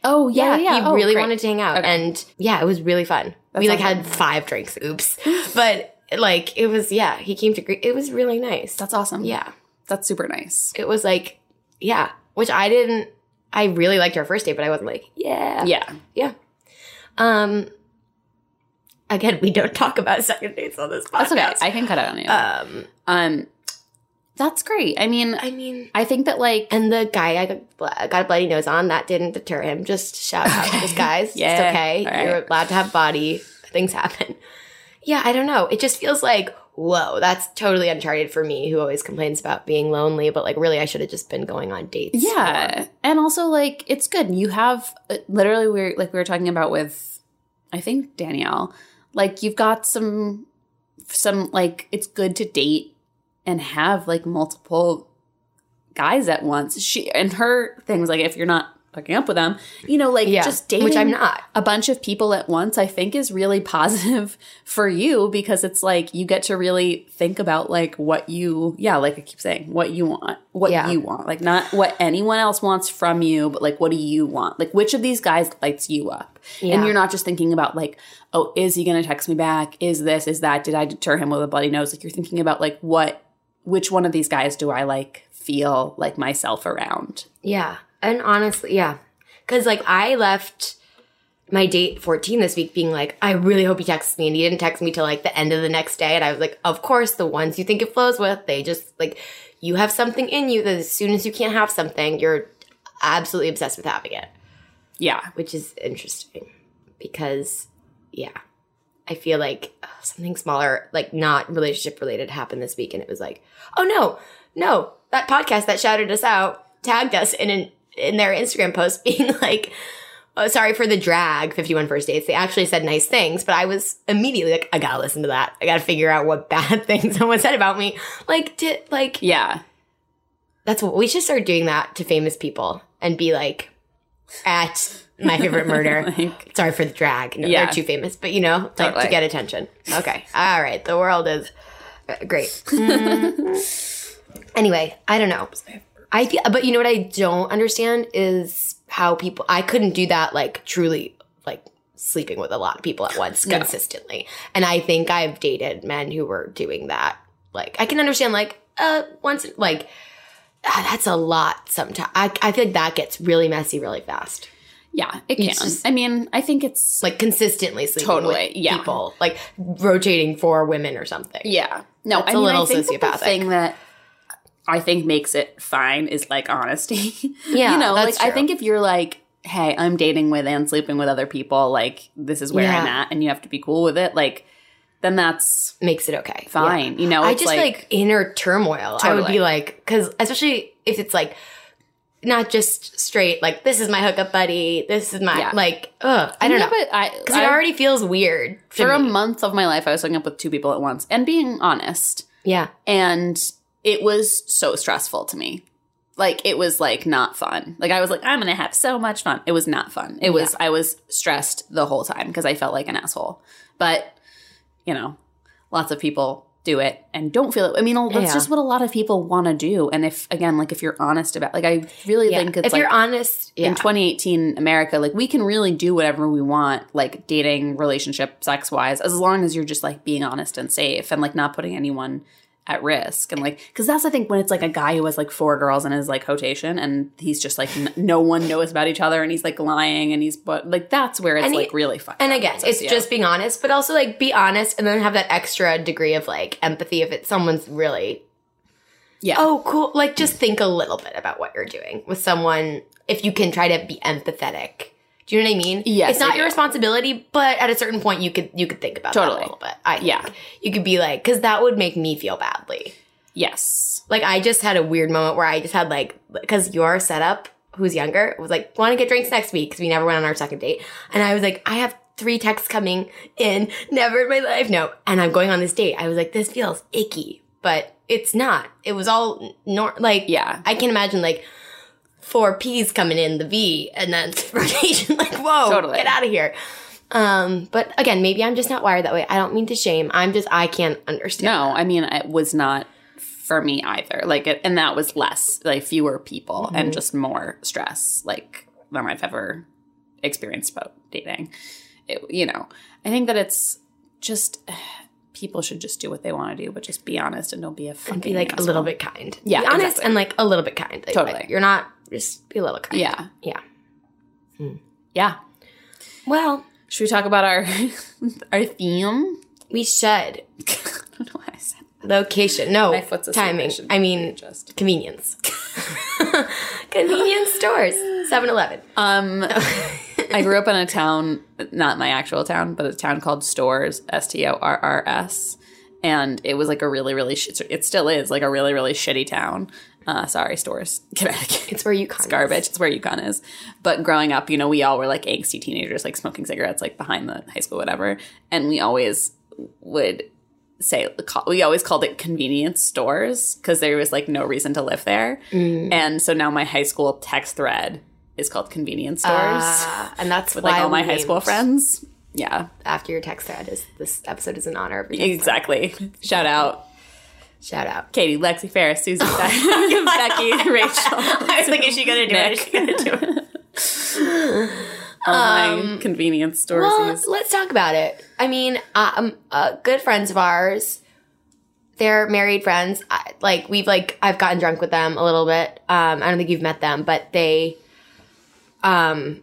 Speaker 2: Oh
Speaker 1: yeah, yeah. He
Speaker 2: Oh,
Speaker 1: really
Speaker 2: great.
Speaker 1: wanted to hang out,
Speaker 2: Okay.
Speaker 1: and yeah, it was really fun.
Speaker 2: That
Speaker 1: we like
Speaker 2: sounds
Speaker 1: had five drinks. Oops, but Like it was, yeah. He came to Greece. It was really nice.
Speaker 2: That's awesome.
Speaker 1: yeah.
Speaker 2: That's super nice.
Speaker 1: It was like, yeah. Which I didn't. I really liked our first date, but I wasn't like, yeah,
Speaker 2: Yeah.
Speaker 1: yeah. Um. Again, we don't talk about second dates on this podcast.
Speaker 2: That's okay. I can cut out on you.
Speaker 1: um.
Speaker 2: um that's great. I mean,
Speaker 1: I mean,
Speaker 2: I think that like
Speaker 1: and the guy I got bl- got a bloody nose on that didn't deter him. Just shout out to
Speaker 2: Okay.
Speaker 1: this guys.
Speaker 2: Yeah.
Speaker 1: It's okay.
Speaker 2: All right.
Speaker 1: You're allowed to have body. Things happen. Yeah, I don't know. It just feels like whoa, that's totally uncharted for me, who always complains about being lonely. But like, really, I should have just been going on dates. more.
Speaker 2: Yeah, and also like it's good. You have uh, literally we're like we were talking about with, I think Danielle, like you've got some, some like it's good to date and have like multiple guys at once. She and her things like if you're not hooking up with them, you know, like
Speaker 1: yeah,
Speaker 2: just dating
Speaker 1: which I'm not.
Speaker 2: a bunch of people at once. I think is really positive for you because it's like you get to really think about like what you yeah like I keep saying what you want what
Speaker 1: Yeah.
Speaker 2: you want like not what anyone else wants from you but like what do you want like which of these guys lights you up
Speaker 1: Yeah.
Speaker 2: and you're not just thinking about like oh is he gonna text me back is this is that did I deter him with a bloody nose like you're thinking about like what which one of these guys do I like feel like myself around
Speaker 1: Yeah. And honestly, yeah. Cause like I left my date 14 this week being like, I really hope he texts me. And he didn't text me till like the end of the next day. And I was like, of course, the ones you think it flows with, they just like, you have something in you that as soon as you can't have something, you're absolutely obsessed with having it,
Speaker 2: yeah
Speaker 1: which is interesting because, yeah, I feel like ugh, something smaller, like not relationship related, happened this week. And it was like, oh no, no, that podcast that shouted us out tagged us in an, in their Instagram post being like, oh, sorry for the drag, 51 First Dates. They actually said nice things, but I was immediately like, I gotta listen to that. I gotta figure out what bad things someone said about me. Like, to, like,
Speaker 2: yeah
Speaker 1: that's what we should start doing that to famous people and be like, at my favorite murder.
Speaker 2: Like-
Speaker 1: Sorry for the drag. No,
Speaker 2: Yeah.
Speaker 1: They're too famous, but you know, like
Speaker 2: Totally.
Speaker 1: to get attention. Okay. All right. The world is uh, great. Mm. anyway, I don't know. I feel, but you know what I don't understand is how people, I couldn't do that like truly, like sleeping with a lot of people at once
Speaker 2: No.
Speaker 1: consistently. And I think I've dated men who were doing that. Like, I can understand, like, uh, once, like, ah, that's a lot sometimes. I, I feel like that gets really messy really fast.
Speaker 2: yeah it can
Speaker 1: just-
Speaker 2: I mean I think it's
Speaker 1: Like, consistently sleeping
Speaker 2: Totally,
Speaker 1: with
Speaker 2: yeah.
Speaker 1: people, like, rotating for women or something.
Speaker 2: Yeah. No,
Speaker 1: That's
Speaker 2: I
Speaker 1: a
Speaker 2: mean,
Speaker 1: little
Speaker 2: I think that
Speaker 1: sociopathic.
Speaker 2: The thing that I think makes it fine is like honesty.
Speaker 1: Yeah,
Speaker 2: you know,
Speaker 1: that's
Speaker 2: like I
Speaker 1: true.
Speaker 2: think if you're like, hey, I'm dating with and sleeping with other people, like this is where I'm
Speaker 1: Yeah.
Speaker 2: at, and you have to be cool with it, like then that's
Speaker 1: Makes it okay. Yeah.
Speaker 2: fine. You know,
Speaker 1: I
Speaker 2: it's
Speaker 1: just like, inner turmoil. I would
Speaker 2: Totally.
Speaker 1: be like, because especially if it's like not just straight, like this is my hookup buddy, this is my
Speaker 2: Yeah.
Speaker 1: like, ugh, I don't
Speaker 2: Yeah,
Speaker 1: know,
Speaker 2: but I
Speaker 1: because it
Speaker 2: I-
Speaker 1: already feels weird to
Speaker 2: for a
Speaker 1: me.
Speaker 2: month of my life I was hooking up with two people at once and being honest.
Speaker 1: yeah,
Speaker 2: And it was so stressful to me. Like it was like not fun. Like I was like, I'm gonna have so much fun. It was not fun. It was I was stressed the whole time because I felt like an asshole. But you know, lots of people do it and don't feel it. I mean, that's
Speaker 1: Yeah.
Speaker 2: just what a lot of people want to do. And if again, like if you're honest about, like I really
Speaker 1: yeah.
Speaker 2: think
Speaker 1: If
Speaker 2: it's like
Speaker 1: you're honest, yeah,
Speaker 2: in 2018 America, like we can really do whatever we want, like dating, relationship, sex wise, as long as you're just like being honest and safe and like not putting anyone at risk. And like, cause that's, I think, when it's like a guy who has like four girls in his like quotation and he's just like, n- no one knows about each other and he's like lying and he's, but like that's where it's
Speaker 1: And he-
Speaker 2: like really fun.
Speaker 1: and again, it's just being honest, but also like be honest, and then have that extra degree of like empathy if it's someone's really
Speaker 2: yeah.
Speaker 1: oh cool, like just think a little bit about what you're doing with someone if you can try to be empathetic. Do you know what I mean?
Speaker 2: Yes,
Speaker 1: it's not
Speaker 2: I
Speaker 1: your
Speaker 2: do.
Speaker 1: responsibility, but at a certain point, you could you could think about that
Speaker 2: Totally.
Speaker 1: a little bit. I think.
Speaker 2: Yeah.
Speaker 1: you could be like, because that would make me feel badly.
Speaker 2: Yes.
Speaker 1: Like I just had a weird moment where I just had like, because your setup, who's younger, was like, want to get drinks next week because we never went on our second date, and I was like, I have three texts coming in, never in my life, no, and I'm going on this date. I was like, this feels icky, but it's not. It was all nor like
Speaker 2: Yeah.
Speaker 1: I can imagine like four P's coming in the V and then rotation. Like, whoa,
Speaker 2: Totally.
Speaker 1: get out of here. Um, but again, maybe I'm just not wired that way. I don't mean to shame. I'm just I can't understand.
Speaker 2: No, I mean, it was not for me either. Like, it, and that was less, like fewer people
Speaker 1: Mm-hmm.
Speaker 2: and just more stress, like than I've ever experienced about dating. It, you know, I think that it's just people should just do what they want to do, but just be honest and don't be a fucking
Speaker 1: and be like a
Speaker 2: asshole.
Speaker 1: little bit kind.
Speaker 2: Yeah,
Speaker 1: be honest
Speaker 2: exactly.
Speaker 1: and like a little bit kind. Like,
Speaker 2: Totally.
Speaker 1: you're not just be a little kind.
Speaker 2: Yeah,
Speaker 1: Yeah.
Speaker 2: yeah.
Speaker 1: Well,
Speaker 2: Should we talk about our our theme?
Speaker 1: we should
Speaker 2: I don't know why I said that.
Speaker 1: location. No
Speaker 2: My foot's asleep. I
Speaker 1: timing.
Speaker 2: should
Speaker 1: I mean,
Speaker 2: readjust.
Speaker 1: convenience. convenience stores. 7-Eleven.
Speaker 2: Um, I grew up in a town, not my actual town, but a town called Stores, S T O R R S, and it was like a really, really. Sh- it still is like a really, really shitty town. Uh, sorry, Stores, Connecticut.
Speaker 1: It's where you con
Speaker 2: It's garbage. It's where UConn is. But growing up, you know, we all were like angsty teenagers, like smoking cigarettes, like behind the high school, whatever. And we always would say call, we always called it convenience stores because there was like no reason to live there. And so now my high school text thread is called convenience stores
Speaker 1: Uh, and that's
Speaker 2: with
Speaker 1: why
Speaker 2: like all my
Speaker 1: we
Speaker 2: high school
Speaker 1: named
Speaker 2: friends. Yeah,
Speaker 1: After your text thread is this episode is in honor of you.
Speaker 2: exactly. Shout out
Speaker 1: Shout out.
Speaker 2: Katie, Lexi, Ferris, Susie, Becky, Rachel.
Speaker 1: I was like, is she gonna do Um,
Speaker 2: Nick. All my convenience stores.
Speaker 1: Well, let's talk about it. I mean, um, uh, good friends of ours, they're married friends. I, like we've like I've gotten drunk with them a little bit. Um, I don't think you've met them, but they, um,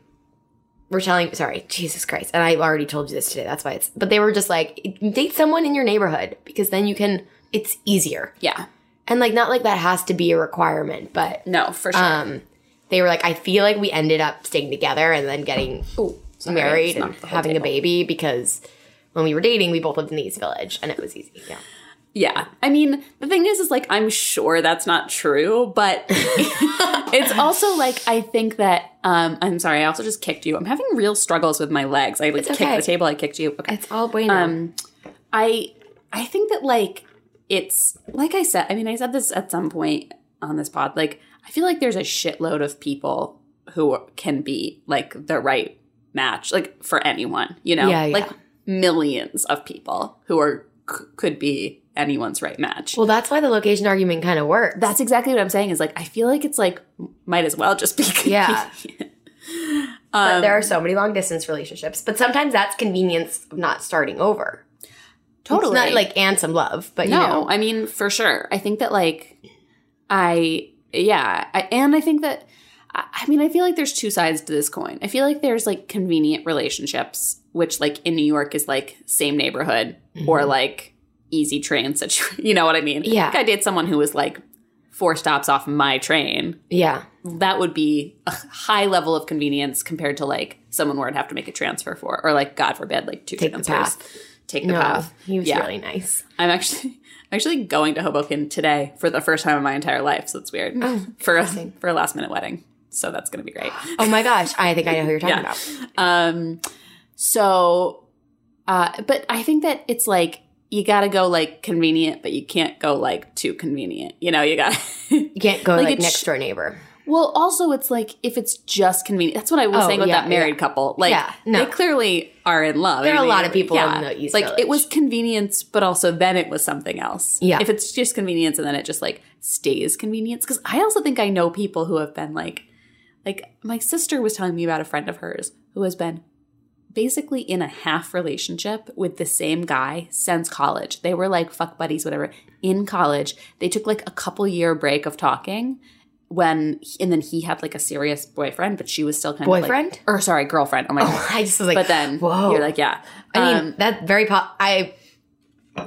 Speaker 1: were telling. Sorry, Jesus Christ, and I already told you this today. That's why it's. But they were just like date someone in your neighborhood because then you can. It's easier,
Speaker 2: yeah.
Speaker 1: and like not like that has to be a requirement, but
Speaker 2: No, for sure.
Speaker 1: um, they were like I feel like we ended up staying together and then getting
Speaker 2: Ooh, sorry,
Speaker 1: married
Speaker 2: it's not
Speaker 1: and
Speaker 2: the whole
Speaker 1: having
Speaker 2: table.
Speaker 1: a baby because when we were dating, we both lived in the East Village and it was easy. Yeah.
Speaker 2: Yeah. I mean, the thing is, is like, I'm sure that's not true, but it's also like, I think that, um, I'm sorry, I also just kicked you. I'm having real struggles with my legs. I like
Speaker 1: okay.
Speaker 2: kicked the table, I kicked you. Okay.
Speaker 1: It's all bueno.
Speaker 2: um i i think that like it's like i said i mean i said this at some point on this pod like i feel like there's a shitload of people who can be like the right match like for anyone you know
Speaker 1: Yeah, yeah.
Speaker 2: like millions of people who are c- could be anyone's right match
Speaker 1: well, that's why the location argument kind of works.
Speaker 2: that's exactly what i'm saying is like i feel like it's like might as well just be
Speaker 1: Yeah.
Speaker 2: convenient.
Speaker 1: but
Speaker 2: um,
Speaker 1: there are so many long distance relationships, but sometimes that's convenience of not starting over.
Speaker 2: totally
Speaker 1: It's not like and some love, but you
Speaker 2: no
Speaker 1: know.
Speaker 2: i mean for sure i think that like i yeah I, and i think that I, I mean i feel like there's two sides to this coin i feel like there's like convenient relationships which like in new york is like same neighborhood or like easy train situation you know what i mean
Speaker 1: Mm-hmm. Yeah.
Speaker 2: like i did someone who was like four stops off my train
Speaker 1: Yeah.
Speaker 2: that would be a high level of convenience compared to like someone where i'd have to make a transfer for or like god forbid like two
Speaker 1: Take the
Speaker 2: transfers take the
Speaker 1: No,
Speaker 2: path
Speaker 1: he was
Speaker 2: Yeah.
Speaker 1: really nice.
Speaker 2: I'm actually actually going to Hoboken today for the first time in my entire life, so it's weird for a, for a last minute wedding. So that's gonna be great.
Speaker 1: Oh my gosh. I think I know who you're talking
Speaker 2: Yeah.
Speaker 1: about.
Speaker 2: Um, so, uh, but I think that it's like you gotta go like convenient, but you can't go like too convenient. You know, you gotta.
Speaker 1: You can't go
Speaker 2: Like,
Speaker 1: like,
Speaker 2: it's-
Speaker 1: next door neighbor.
Speaker 2: well, also it's like if it's just convenient. That's what I was
Speaker 1: Oh,
Speaker 2: saying with
Speaker 1: yeah,
Speaker 2: that married couple. Like
Speaker 1: Yeah, no.
Speaker 2: they clearly are in love.
Speaker 1: There are
Speaker 2: I
Speaker 1: a
Speaker 2: mean,
Speaker 1: lot of people
Speaker 2: yeah.
Speaker 1: in the East
Speaker 2: Like
Speaker 1: Village.
Speaker 2: it was convenience, but also then it was something else.
Speaker 1: Yeah.
Speaker 2: If it's just convenience and then it just like stays convenience, because I also think I know people who have been like, like my sister was telling me about a friend of hers who has been basically in a half relationship with the same guy since college. They were like fuck buddies, whatever. In college, they took like a couple year break of talking when, and then he had like a serious boyfriend, but she was still kind of
Speaker 1: Boyfriend?
Speaker 2: like, or sorry, girlfriend. Oh my god.
Speaker 1: I just was like,
Speaker 2: But then
Speaker 1: whoa.
Speaker 2: you're like, yeah,
Speaker 1: I
Speaker 2: Um,
Speaker 1: mean, that very, po- I,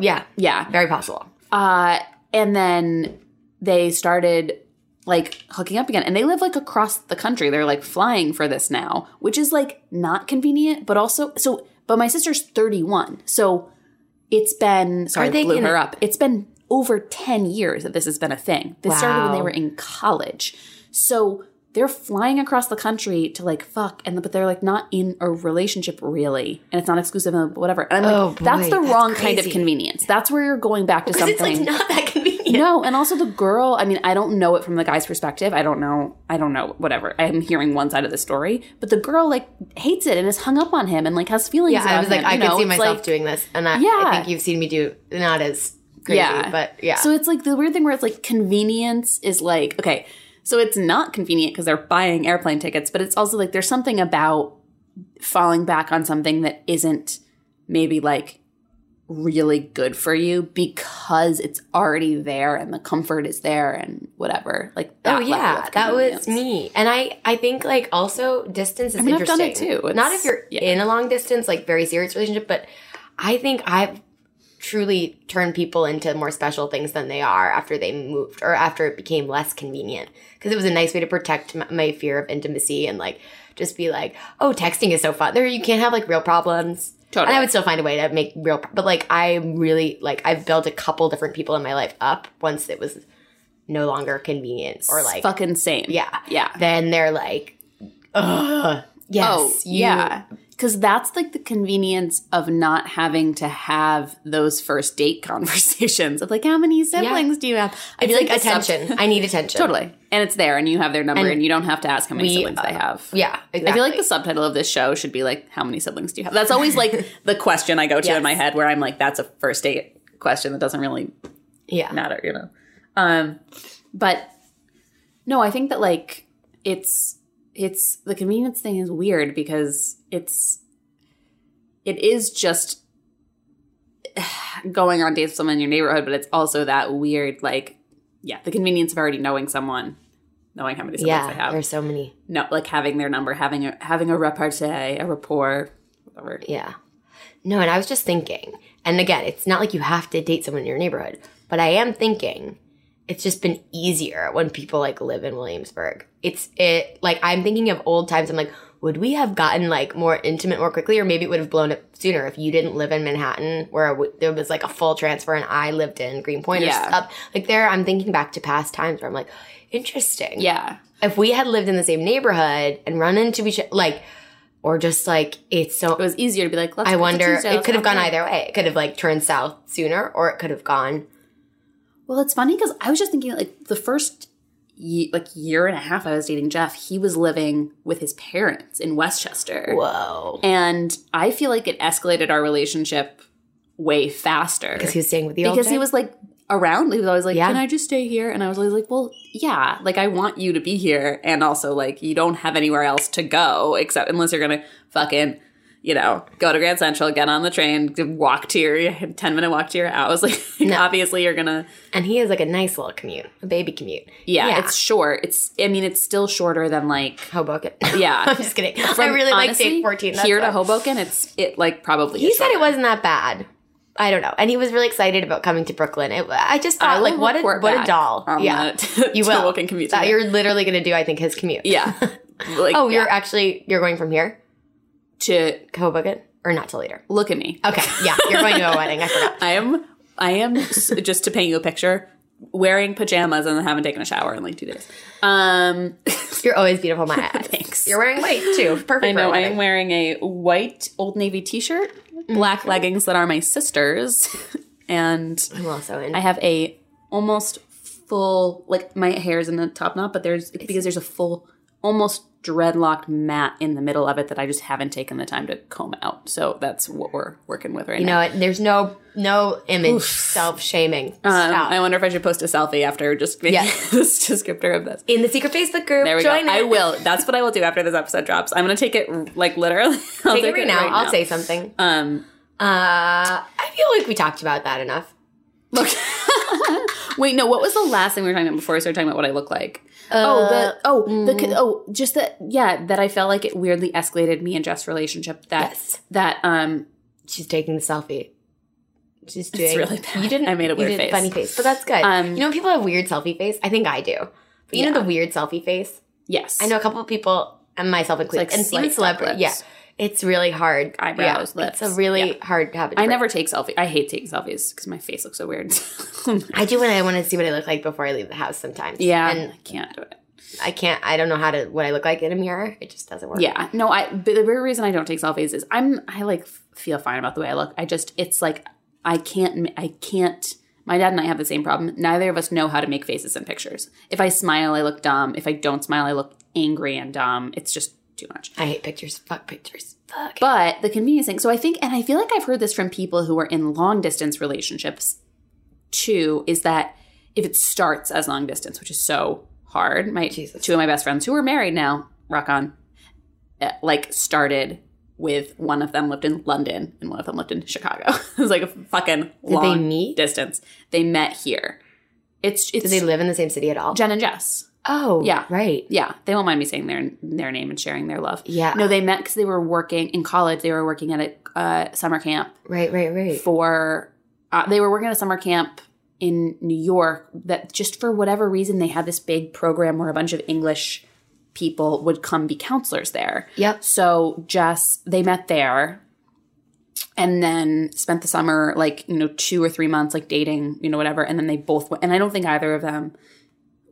Speaker 1: yeah,
Speaker 2: yeah.
Speaker 1: very possible.
Speaker 2: Uh, and then they started like hooking up again, and they live like across the country. They're like flying for this now, which is like not convenient, but also so. But my sister's 31, so it's been sorry,
Speaker 1: Are they
Speaker 2: blew
Speaker 1: gonna-
Speaker 2: her up. It's been over 10 years that this has been a thing. This started when they
Speaker 1: Wow.
Speaker 2: were in college, so they're flying across the country to like fuck, and but they're like not in a relationship really, and it's not exclusive and whatever. And I'm
Speaker 1: Oh,
Speaker 2: like, that's
Speaker 1: boy,
Speaker 2: the
Speaker 1: that's
Speaker 2: wrong kind of
Speaker 1: crazy.
Speaker 2: convenience. That's where you're going back to
Speaker 1: Because
Speaker 2: something.
Speaker 1: it's like not that convenient.
Speaker 2: No, and also the girl. I mean, I don't know it from the guy's perspective. I don't know. I don't know. Whatever. I'm hearing one side of the story, but the girl like hates it and is hung up on him and like has feelings.
Speaker 1: Yeah, I
Speaker 2: about
Speaker 1: was like,
Speaker 2: him,
Speaker 1: I
Speaker 2: you
Speaker 1: could
Speaker 2: know?
Speaker 1: see
Speaker 2: It's
Speaker 1: myself
Speaker 2: like-
Speaker 1: doing this, and I,
Speaker 2: Yeah.
Speaker 1: I think you've seen me do not as crazy,
Speaker 2: Yeah.
Speaker 1: but yeah.
Speaker 2: So it's like the weird thing where it's like convenience is like okay, so it's not convenient because they're buying airplane tickets, but it's also like there's something about falling back on something that isn't maybe like really good for you because it's already there and the comfort is there and whatever. Like
Speaker 1: Oh
Speaker 2: that level
Speaker 1: yeah,
Speaker 2: of
Speaker 1: that was
Speaker 2: convenience.
Speaker 1: me. And I I think like also distance is
Speaker 2: I mean, I've
Speaker 1: interesting.
Speaker 2: done it too. It's-
Speaker 1: Not if you're
Speaker 2: yeah.
Speaker 1: in a long distance like very serious relationship, but I think I've truly turned people into more special things than they are after they moved or after it became less convenient because it was a nice way to protect my, my fear of intimacy and like just be like, "Oh, texting is so fun. There you can't have like real problems."
Speaker 2: Totally.
Speaker 1: And I would still find a way to make real, but like I'm really like I've built a couple different people in my life up once it was no longer convenient or like
Speaker 2: fucking same.
Speaker 1: yeah.
Speaker 2: Yeah.
Speaker 1: Then they're like, ugh. Yes.
Speaker 2: oh,
Speaker 1: you-
Speaker 2: yeah. Because that's like the convenience of not having to have those first date conversations of like, how many siblings do you have? I
Speaker 1: It's
Speaker 2: feel
Speaker 1: like
Speaker 2: the sub-
Speaker 1: attention. I need attention.
Speaker 2: totally. And it's there and you have their number and,
Speaker 1: And
Speaker 2: you don't have to ask how many
Speaker 1: we,
Speaker 2: siblings they have.
Speaker 1: Yeah. Exactly.
Speaker 2: I feel like the subtitle of this show should be like, "How many siblings do you have?" That's always like the question I go to in
Speaker 1: Yes.
Speaker 2: my head, where I'm like, "That's a first date question that doesn't really
Speaker 1: Yeah.
Speaker 2: matter," you know. Um, but no, I think that like it's it's the convenience thing is weird because it's it is just going on dates with someone in your neighborhood, but it's also that weird like yeah, the convenience of already knowing someone, knowing how many siblings
Speaker 1: Yeah.
Speaker 2: they have
Speaker 1: There's so many.
Speaker 2: no, like having their number, having a having a repartee, a rapport, whatever.
Speaker 1: Yeah. No, and I was just thinking, and again, it's not like you have to date someone in your neighborhood, but I am thinking it's just been easier when people like live in Williamsburg. It's it like I'm thinking of old times. I'm like, would we have gotten like more intimate more quickly, or maybe it would have blown up sooner if you didn't live in Manhattan, where w- there was like a full transfer, and I lived in Greenpoint
Speaker 2: Yeah.
Speaker 1: or stuff. Like there, I'm thinking back to past times where I'm like, interesting
Speaker 2: Yeah,
Speaker 1: if we had lived in the same neighborhood and run into each like or just like it's so
Speaker 2: it was easier to be like. Let's
Speaker 1: I
Speaker 2: go to
Speaker 1: wonder
Speaker 2: Tuesday,
Speaker 1: it
Speaker 2: let's
Speaker 1: could have
Speaker 2: go
Speaker 1: gone
Speaker 2: there.
Speaker 1: either way. It could have like turned south sooner or it could have gone
Speaker 2: Well, it's funny because I was just thinking like the first ye- like year and a half I was dating Jeff, he was living with his parents in Westchester,
Speaker 1: whoa.
Speaker 2: and I feel like it escalated our relationship way faster
Speaker 1: Because he was staying with you all
Speaker 2: because
Speaker 1: the
Speaker 2: he
Speaker 1: time?
Speaker 2: was like around. He was always like,
Speaker 1: Yeah.
Speaker 2: "Can I just stay here?" And I was always like, "Well, yeah, like I want you to be here, and also like you don't have anywhere else to go except unless you're gonna fucking." You know, go to Grand Central, get on the train, walk to your ten minute walk to your house. Like, obviously, you're gonna.
Speaker 1: and he is like a nice little commute, a baby commute.
Speaker 2: Yeah,
Speaker 1: Yeah.
Speaker 2: it's short. It's. I mean, it's still shorter than like.
Speaker 1: Hoboken.
Speaker 2: Yeah,
Speaker 1: I'm just kidding. I really like
Speaker 2: honestly,
Speaker 1: date 14. That's
Speaker 2: here to
Speaker 1: why.
Speaker 2: Hoboken. It's it like probably.
Speaker 1: He
Speaker 2: is
Speaker 1: said it
Speaker 2: shorter.
Speaker 1: wasn't that bad. I don't know. And he was really excited about coming to Brooklyn. It, I just
Speaker 2: I
Speaker 1: thought
Speaker 2: will
Speaker 1: like what a
Speaker 2: report
Speaker 1: what a
Speaker 2: back
Speaker 1: doll.
Speaker 2: on
Speaker 1: Yeah.
Speaker 2: the
Speaker 1: you will.
Speaker 2: Hoboken commute
Speaker 1: That
Speaker 2: today.
Speaker 1: you're literally going to do I think his commute.
Speaker 2: Yeah. Like,
Speaker 1: Oh, you're
Speaker 2: yeah.
Speaker 1: actually you're going from here?
Speaker 2: to
Speaker 1: Hoboken or not till later.
Speaker 2: look at me.
Speaker 1: Okay, yeah, you're going to a wedding. I forgot.
Speaker 2: I am I am s- just to paint you a picture wearing pajamas and haven't taken a shower in like two days. Um,
Speaker 1: You're always beautiful, Maya.
Speaker 2: thanks.
Speaker 1: You're wearing white too. Perfect.
Speaker 2: I
Speaker 1: for a
Speaker 2: know I
Speaker 1: wedding.
Speaker 2: am wearing a white Old Navy T-shirt, black
Speaker 1: Mm-hmm.
Speaker 2: leggings that are my sister's, and
Speaker 1: I'm also in.
Speaker 2: I have a almost full like my hair is in the top knot, but there's it's because there's a full almost dreadlocked mat in the middle of it that I just haven't taken the time to comb out. So that's what we're working with right
Speaker 1: you
Speaker 2: now.
Speaker 1: know it. There's no no image self shaming.
Speaker 2: Um,
Speaker 1: Stop.
Speaker 2: I wonder if I should post a selfie after just making
Speaker 1: Yes.
Speaker 2: this descriptor of this.
Speaker 1: in the secret Facebook group.
Speaker 2: There we
Speaker 1: join
Speaker 2: go.
Speaker 1: It.
Speaker 2: I will. That's what I will do after this episode drops. I'm gonna take it like literally. I'll
Speaker 1: take, it right now. I'll say something.
Speaker 2: Um.
Speaker 1: Uh, I feel like we talked about that enough.
Speaker 2: Look. Wait. No. What was the last thing we were talking about before we started talking about what I look like? oh.
Speaker 1: Uh,
Speaker 2: The. Oh.
Speaker 1: mm.
Speaker 2: The. con- Oh. Just that. Yeah. That I felt like it weirdly escalated me and Jeff's relationship. That.
Speaker 1: Yes.
Speaker 2: That. Um.
Speaker 1: She's taking the selfie. She's doing.
Speaker 2: It's really bad.
Speaker 1: You didn't.
Speaker 2: I made a
Speaker 1: you
Speaker 2: weird
Speaker 1: did
Speaker 2: face.
Speaker 1: Funny face, but that's good.
Speaker 2: Um,
Speaker 1: you know, when people have weird selfie face. I think I do. But you know
Speaker 2: Yeah.
Speaker 1: the weird selfie face.
Speaker 2: Yes.
Speaker 1: I know a couple of people, and myself included,
Speaker 2: like
Speaker 1: and even
Speaker 2: slight
Speaker 1: celebrities. Yeah,
Speaker 2: lips.
Speaker 1: it's really hard.
Speaker 2: Eyebrows,
Speaker 1: yeah,
Speaker 2: lips.
Speaker 1: It's a really
Speaker 2: Yeah.
Speaker 1: hard habit. to
Speaker 2: I
Speaker 1: break.
Speaker 2: never take selfies. I hate taking selfies because my face looks so weird.
Speaker 1: I do when I want to see what I look like before I leave the house sometimes.
Speaker 2: yeah.
Speaker 1: and
Speaker 2: I can't do it.
Speaker 1: I can't. I don't know how to what I look like in a mirror. It just doesn't work.
Speaker 2: Yeah, no, I but the very reason I don't take selfies is I'm I like f- feel fine about the way I look. I just it's like I can't ma- I can't. My dad and I have the same problem. Neither of us know how to make faces in pictures. If I smile, I look dumb. If I don't smile, I look angry and dumb. It's just too much.
Speaker 1: I hate pictures. Fuck pictures. Fuck.
Speaker 2: But the convenience thing. So I think, and I feel like I've heard this from people who are in long distance relationships too, is that if it starts as long distance, which is so hard, my
Speaker 1: Jesus.
Speaker 2: two of my best friends who are married now, rock on, eh, like started with one of them lived in London and one of them lived in Chicago. it was like a fucking long
Speaker 1: meet?
Speaker 2: distance. They met here. It's it's
Speaker 1: Did they live in the same city at all?
Speaker 2: Jen and Jess.
Speaker 1: oh,
Speaker 2: Yeah.
Speaker 1: Right.
Speaker 2: Yeah, they won't mind me saying their their name and sharing their love.
Speaker 1: Yeah.
Speaker 2: No, they met because they were working in college. They were working at a uh, summer camp
Speaker 1: Right, right, right.
Speaker 2: for. Uh, they were working at a summer camp in New York that just for whatever reason they had this big program where a bunch of English people would come be counselors there.
Speaker 1: Yep.
Speaker 2: So Jess, they met there and then spent the summer like, you know, two or three months like dating, you know, whatever. And then they both went, and I don't think either of them,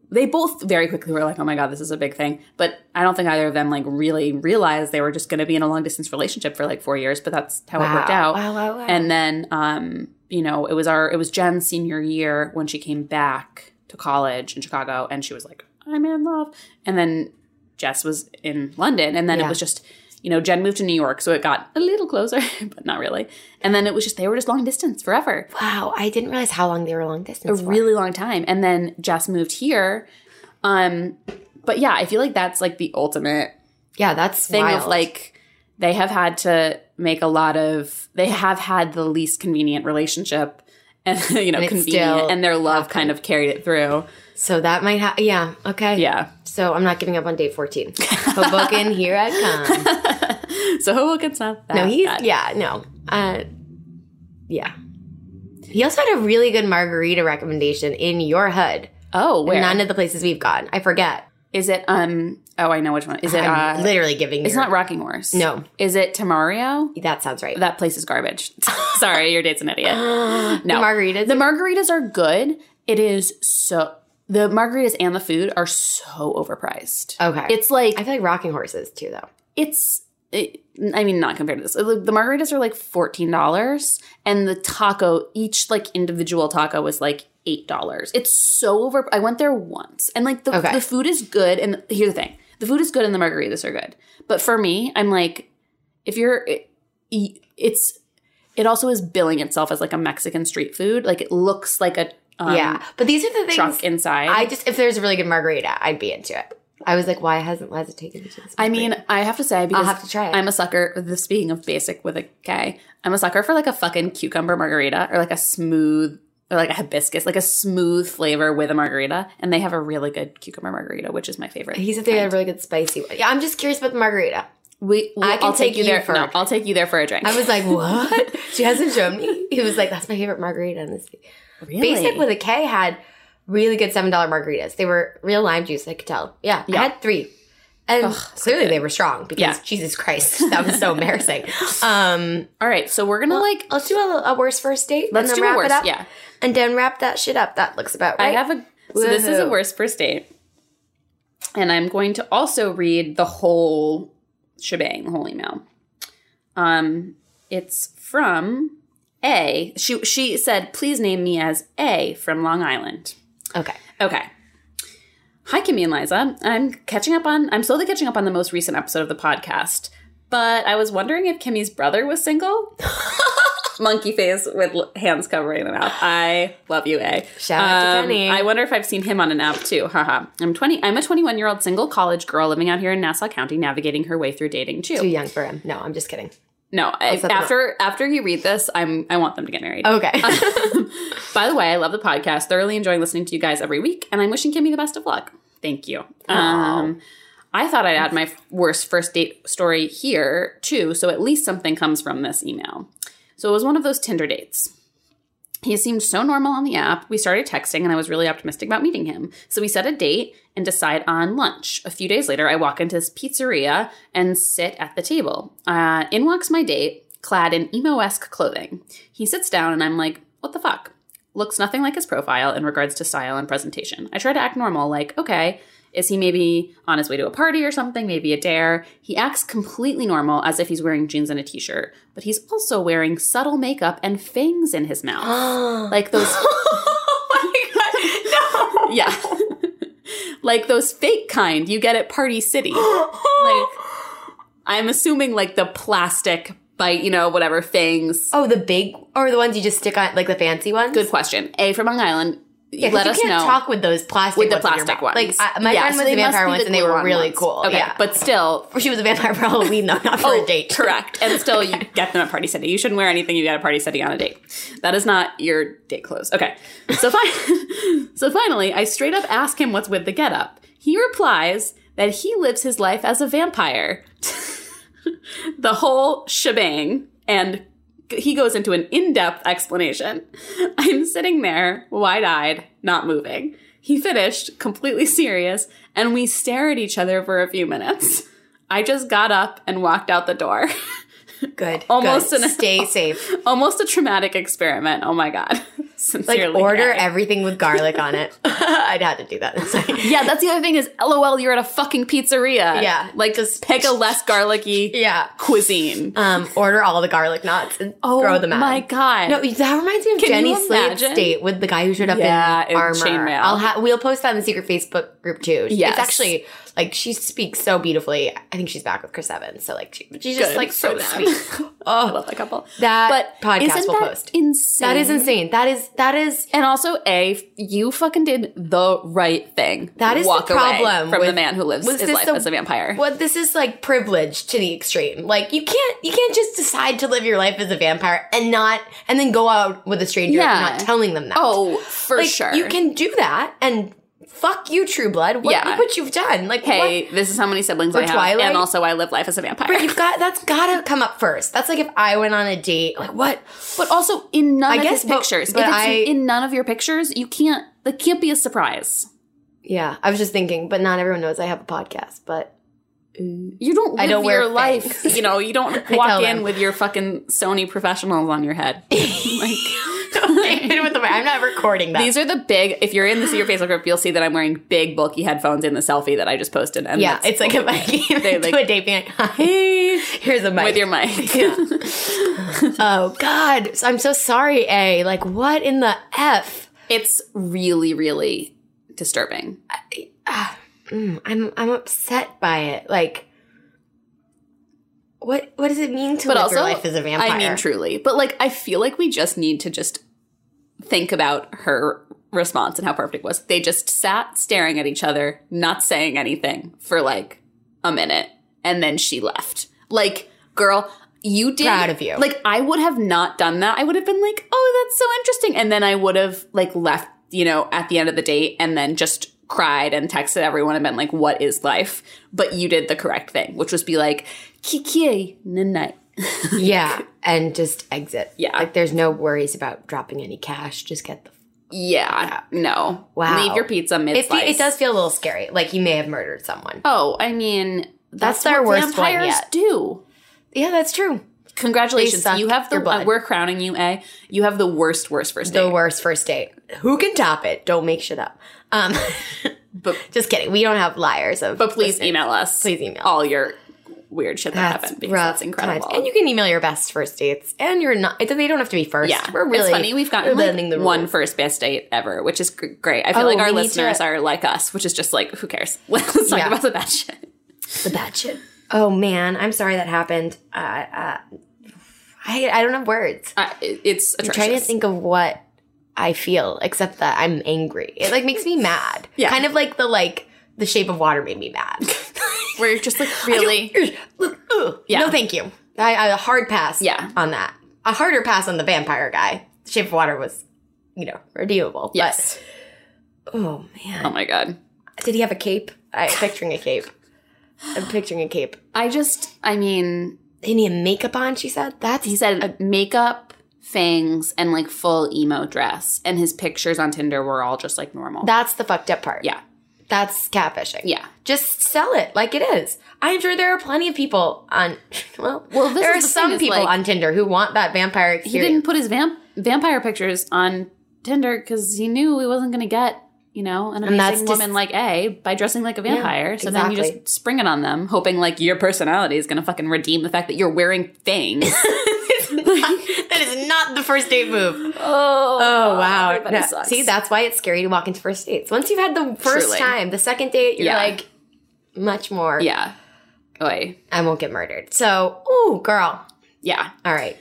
Speaker 2: they both very quickly were like, oh my God, this is a big thing. But I don't think either of them like really realized they were just going to be in a long distance relationship for like four years, but that's how it worked
Speaker 1: Wow.
Speaker 2: out.
Speaker 1: Wow, wow, wow.
Speaker 2: And then, um, you know, it was our, it was Jen's senior year when she came back to college in Chicago and she was like, I'm in love. And then Jess was in London. And then
Speaker 1: Yeah.
Speaker 2: it was just, you know, Jen moved to New York. So it got a little closer, but not really. And then it was just, they were just long distance forever,
Speaker 1: Wow, I didn't realize how long they were long distance.
Speaker 2: a
Speaker 1: for.
Speaker 2: really long time. And then Jess moved here. Um, but yeah, I feel like that's like the ultimate
Speaker 1: yeah, that's
Speaker 2: thing
Speaker 1: wild.
Speaker 2: of like they have had to make a lot of they have had the least convenient relationship and you know
Speaker 1: And it's still
Speaker 2: convenient and their love kind of carried it through
Speaker 1: so that might ha- yeah okay
Speaker 2: yeah
Speaker 1: So I'm not giving up on day 14. Hoboken, here I come.
Speaker 2: so Hoboken's not that
Speaker 1: No, he's
Speaker 2: bad.
Speaker 1: yeah no uh, yeah. He also had a really good margarita recommendation in your hood.
Speaker 2: oh where is
Speaker 1: None of the places we've gone, I forget.
Speaker 2: it um oh I know which one is it
Speaker 1: I'm
Speaker 2: uh,
Speaker 1: literally giving.
Speaker 2: it's
Speaker 1: your-
Speaker 2: not Rocking Horse
Speaker 1: No.
Speaker 2: is it Tamario
Speaker 1: That sounds right.
Speaker 2: that place is garbage sorry your date's an idiot no
Speaker 1: The margaritas.
Speaker 2: The margaritas are good. It is so the margaritas and the food are so overpriced.
Speaker 1: Okay.
Speaker 2: It's like
Speaker 1: I feel like rocking horses too, though.
Speaker 2: it's it, I mean not compared to this. The the margaritas are like $14 and the taco each like individual taco was like $8. It's so over I went there once and like the
Speaker 1: Okay.
Speaker 2: the food is good and here's the thing. The food is good and the margaritas are good. But for me, I'm like if you're it, it's it also is billing itself as like a Mexican street food. Like it looks like a um,
Speaker 1: yeah, but these are the things.
Speaker 2: truck inside.
Speaker 1: I just if there's a really good margarita, I'd be into it. I was like, why hasn't Liza taken me to this?
Speaker 2: I mean, I have to say because
Speaker 1: have to try it.
Speaker 2: I'm a sucker. This being of basic with a K, I'm a sucker for like a fucking cucumber margarita or like a smooth or like a hibiscus, like a smooth flavor with a margarita. And they have a really good cucumber margarita, which is my favorite.
Speaker 1: he said they had a really good spicy one. Yeah, I'm just curious about the margarita.
Speaker 2: we, we-
Speaker 1: I can
Speaker 2: I'll take,
Speaker 1: take
Speaker 2: you
Speaker 1: you
Speaker 2: there.
Speaker 1: for-
Speaker 2: no, I'll take you there for a drink.
Speaker 1: I was like, what? she hasn't shown me. He was like, that's my favorite margarita in this.
Speaker 2: really?
Speaker 1: Basic with a K had really good seven dollar margaritas. They were real lime juice. I could tell. Yeah, I had three, and clearly they were strong because
Speaker 2: Yeah.
Speaker 1: Jesus Christ, that was so embarrassing. Um,
Speaker 2: All right, so we're gonna like
Speaker 1: let's do a, a worse first date.
Speaker 2: let's
Speaker 1: and
Speaker 2: do
Speaker 1: then wrap
Speaker 2: a worse.
Speaker 1: it up.
Speaker 2: Yeah,
Speaker 1: and then wrap that shit up. That looks about
Speaker 2: I
Speaker 1: right.
Speaker 2: have a. So this is a
Speaker 1: Woohoo.
Speaker 2: worst first date, and I'm going to also read the whole shebang, the whole email. Um, it's from A. She she said, "Please name me as A from Long Island."
Speaker 1: okay.
Speaker 2: Okay. Hi, Kimmy and Liza. I'm catching up on. I'm slowly catching up on the most recent episode of the podcast, but I was wondering if Kimmy's brother was single. Monkey face with l- hands covering the mouth. I love you, A. Um,
Speaker 1: Shout out to Kenny.
Speaker 2: I wonder if I've seen him on an app too. Haha. I'm 20. I'm a 21 year old single college girl living out here in Nassau County, navigating her way through dating
Speaker 1: Too
Speaker 2: too.
Speaker 1: young for him. No, I'm just kidding.
Speaker 2: No, I,
Speaker 1: set them up.
Speaker 2: after after you read this, I'm I want them to get married.
Speaker 1: Okay.
Speaker 2: By the way, I love the podcast. Thoroughly enjoying listening to you guys every week, and I'm wishing Kimmy the best of luck. Thank you. Um, I thought I'd add my worst first date story here too, so at least something comes from this email. So it was one of those Tinder dates. He seemed so normal on the app. We started texting, and I was really optimistic about meeting him. So we set a date and decide on lunch. A few days later, I walk into this pizzeria and sit at the table. Uh, in walks my date, clad in emo esque clothing. He sits down, and I'm like, what the fuck? Looks nothing like his profile in regards to style and presentation. I try to act normal, like, okay, is he maybe on his way to a party or something, maybe a dare? He acts completely normal as if he's wearing jeans and a t shirt, but he's also wearing subtle makeup and fangs in his mouth like those. oh my god! No. Yeah, like those fake kind you get at Party City. like, I'm assuming like the plastic bite, you know, whatever things.
Speaker 1: oh, the big or the ones you just stick on, like the fancy ones.
Speaker 2: Good question. A from Long Island.
Speaker 1: Yeah, 'cause
Speaker 2: let
Speaker 1: you
Speaker 2: us
Speaker 1: can't
Speaker 2: know
Speaker 1: talk with those plastic
Speaker 2: with the
Speaker 1: ones in your
Speaker 2: plastic
Speaker 1: mouth.
Speaker 2: ones.
Speaker 1: Like I, my
Speaker 2: Yeah,
Speaker 1: friend
Speaker 2: so
Speaker 1: was
Speaker 2: they
Speaker 1: a
Speaker 2: must
Speaker 1: vampire
Speaker 2: be
Speaker 1: once,
Speaker 2: the
Speaker 1: and they were
Speaker 2: glue-on
Speaker 1: really
Speaker 2: ones.
Speaker 1: cool.
Speaker 2: Okay,
Speaker 1: yeah,
Speaker 2: but Oh, still,
Speaker 1: she was a vampire for Halloween, though, not for a date.
Speaker 2: Correct. And still, you get them at party setting. You shouldn't wear anything you got at party setting on a date. That is not your date clothes. Okay. So, fi- so finally, I straight up ask him what's with the getup. He replies that he lives his life as a vampire, the whole shebang, and he goes into an in depth explanation. I'm sitting there, wide eyed, not moving. He finished, completely serious, and we stare at each other for a few minutes. I just got up and walked out the door.
Speaker 1: Good.
Speaker 2: Almost
Speaker 1: good.
Speaker 2: an-
Speaker 1: stay safe.
Speaker 2: Almost a traumatic experiment. Oh my God.
Speaker 1: Like
Speaker 2: Sincerely.
Speaker 1: order
Speaker 2: I-
Speaker 1: everything with garlic on it. I'd have to do that. Sorry.
Speaker 2: yeah, that's the other thing is LOL, you're at a fucking pizzeria.
Speaker 1: Yeah,
Speaker 2: Like just pick a less garlicky
Speaker 1: Yeah.
Speaker 2: cuisine.
Speaker 1: Um, order all the garlic knots and throw them out.
Speaker 2: Oh my God.
Speaker 1: No, that reminds me of
Speaker 2: Can
Speaker 1: Jenny
Speaker 2: you
Speaker 1: Slate's
Speaker 2: imagine?
Speaker 1: date with the guy who showed up
Speaker 2: Yeah,
Speaker 1: in
Speaker 2: in
Speaker 1: armor.
Speaker 2: chainmail.
Speaker 1: I'll ha- we'll post that in the secret Facebook group too. She-
Speaker 2: Yes.
Speaker 1: It's actually like she speaks so beautifully. I think she's back with Chris Evans, so like she, she's just
Speaker 2: Good
Speaker 1: like so
Speaker 2: for them.
Speaker 1: sweet.
Speaker 2: I love that couple.
Speaker 1: That
Speaker 2: but
Speaker 1: podcast
Speaker 2: isn't
Speaker 1: will
Speaker 2: that
Speaker 1: post.
Speaker 2: Insane.
Speaker 1: That is insane. That is that is
Speaker 2: And also, a you fucking did the right thing.
Speaker 1: That is the
Speaker 2: Walk away
Speaker 1: problem
Speaker 2: from the
Speaker 1: with-
Speaker 2: man who lives
Speaker 1: was
Speaker 2: his
Speaker 1: this
Speaker 2: life
Speaker 1: a-
Speaker 2: as a vampire.
Speaker 1: Well, this is like privilege to the extreme. Like you can't you can't just decide to live your life as a vampire and not and then go out with a stranger
Speaker 2: Yeah.
Speaker 1: not telling them that.
Speaker 2: Oh, for
Speaker 1: Like,
Speaker 2: sure.
Speaker 1: You can do that and fuck you, True Blood. What,
Speaker 2: Yeah.
Speaker 1: Look what you've done. Like what?
Speaker 2: Hey, this is how many siblings I have,
Speaker 1: Twilight?
Speaker 2: and also I live life as a vampire.
Speaker 1: But you've got that's gotta come up first. That's like if I went on a date, like what?
Speaker 2: But also in none
Speaker 1: I
Speaker 2: of
Speaker 1: guess,
Speaker 2: his
Speaker 1: but-
Speaker 2: pictures.
Speaker 1: but
Speaker 2: if it's
Speaker 1: I-
Speaker 2: in none of your pictures, you can't. That can't be a surprise.
Speaker 1: Yeah, I was just thinking, but not everyone knows I have a podcast. But
Speaker 2: You don't. Live
Speaker 1: I don't
Speaker 2: your
Speaker 1: wear
Speaker 2: life.
Speaker 1: things.
Speaker 2: You know. You don't
Speaker 1: I
Speaker 2: walk
Speaker 1: tell
Speaker 2: in
Speaker 1: them.
Speaker 2: with your fucking Sony professionals on your head. like.
Speaker 1: With the- I'm not recording that.
Speaker 2: These are the big. If you're in this your Facebook group, you'll see that I'm wearing big, bulky headphones in the selfie that I just posted. And
Speaker 1: yeah,
Speaker 2: that's-
Speaker 1: it's like if I came
Speaker 2: They,
Speaker 1: into
Speaker 2: like-
Speaker 1: a date being like, "Hi, here's a mic
Speaker 2: with your mic.
Speaker 1: Oh God, So- I'm so sorry, A. Like, what in the f?
Speaker 2: It's really, really disturbing.
Speaker 1: Mm, I'm I'm upset by it. Like, what what does it mean to
Speaker 2: But
Speaker 1: live
Speaker 2: also,
Speaker 1: your life as a vampire?
Speaker 2: I mean, truly. But like, I feel like we just need to just think about her response and how perfect it was. They just sat staring at each other, not saying anything for like a minute, and then she left. Like, girl. You did
Speaker 1: Proud of you.
Speaker 2: Like I would have not done that. I would have been like, "Oh, that's so interesting," and then I would have like left, you know, at the end of the date, and then just cried and texted everyone and been like, "What is life?" But you did the correct thing, which was be like, "Kiki, night."
Speaker 1: yeah, and just exit.
Speaker 2: Yeah.
Speaker 1: like there's no worries about dropping any cash. Just get the.
Speaker 2: Yeah, no.
Speaker 1: Wow.
Speaker 2: Leave your pizza mid
Speaker 1: It, fe-
Speaker 2: slice.
Speaker 1: it does feel a little scary. Like he may have murdered someone.
Speaker 2: Oh, I mean,
Speaker 1: That's
Speaker 2: that's,
Speaker 1: their
Speaker 2: what
Speaker 1: worst one
Speaker 2: vampires
Speaker 1: yet.
Speaker 2: do.
Speaker 1: Yeah, that's true. They
Speaker 2: Congratulations,
Speaker 1: suck
Speaker 2: you have the. uh,
Speaker 1: your blood.
Speaker 2: we're crowning you a. You have the worst, worst first
Speaker 1: The
Speaker 2: date.
Speaker 1: worst first date. Who can top it? Don't make shit up. Um,
Speaker 2: But
Speaker 1: just kidding. We don't have liars. Of
Speaker 2: but please email us.
Speaker 1: Please email.
Speaker 2: all your weird shit that
Speaker 1: That's
Speaker 2: happened because
Speaker 1: rough
Speaker 2: that's incredible.
Speaker 1: times. And you can email your best first dates, and you're not. It, they don't have to be first.
Speaker 2: yeah,
Speaker 1: we're really
Speaker 2: it's funny. We've
Speaker 1: we're
Speaker 2: gotten
Speaker 1: bending
Speaker 2: like
Speaker 1: the
Speaker 2: one
Speaker 1: rules.
Speaker 2: first best date ever, which is gr- great. I feel
Speaker 1: Oh,
Speaker 2: like our
Speaker 1: we need to-
Speaker 2: listeners are like us, which is just like who cares? Let's talk
Speaker 1: Yeah.
Speaker 2: about the bad shit.
Speaker 1: the bad shit. Oh man, I'm sorry that happened. Uh, uh, I I don't have words.
Speaker 2: Uh, it- it's
Speaker 1: I'm
Speaker 2: atrocious.
Speaker 1: trying to think of what I feel, except that I'm angry. It like makes me mad.
Speaker 2: Yeah.
Speaker 1: kind of like the like the Shape of Water made me mad.
Speaker 2: Where you're just like really.
Speaker 1: yeah. No, thank you. I, I a hard pass.
Speaker 2: Yeah.
Speaker 1: on that. A harder pass on the vampire guy. Shape of Water was, you know, redeemable. but-
Speaker 2: Yes.
Speaker 1: oh man.
Speaker 2: Oh my god.
Speaker 1: Did he have a cape? I'm picturing a cape. I'm picturing a cape.
Speaker 2: I just, I mean,
Speaker 1: Didn't he have makeup on? She said. That's
Speaker 2: he said uh, makeup, fangs, and like full emo dress. And his pictures on Tinder were all just like normal.
Speaker 1: that's the fucked up part.
Speaker 2: yeah.
Speaker 1: that's catfishing.
Speaker 2: Yeah.
Speaker 1: just sell it like it is. I'm sure there are plenty of people on. Well,
Speaker 2: Well, this
Speaker 1: there
Speaker 2: is
Speaker 1: are
Speaker 2: the
Speaker 1: some
Speaker 2: thing is,
Speaker 1: people
Speaker 2: like-
Speaker 1: on Tinder who want that vampire
Speaker 2: He didn't
Speaker 1: experience.
Speaker 2: put his vamp- vampire pictures on Tinder because he knew he wasn't going to get, you know, an
Speaker 1: And that's
Speaker 2: amazing
Speaker 1: dis-
Speaker 2: woman like A by dressing like a vampire. so then you
Speaker 1: exactly.
Speaker 2: just spring it on them, hoping like your personality is going to fucking redeem the fact that you're wearing fangs.
Speaker 1: that is not the first date move.
Speaker 2: oh,
Speaker 1: Oh wow!
Speaker 2: everybody
Speaker 1: No,
Speaker 2: sucks.
Speaker 1: See, that's why it's scary to walk into first dates. Once you've had the first
Speaker 2: Truly.
Speaker 1: time, the second date, you're
Speaker 2: Yeah.
Speaker 1: like much more.
Speaker 2: yeah. Oy.
Speaker 1: I won't get murdered. So, ooh, girl.
Speaker 2: Yeah.
Speaker 1: All right.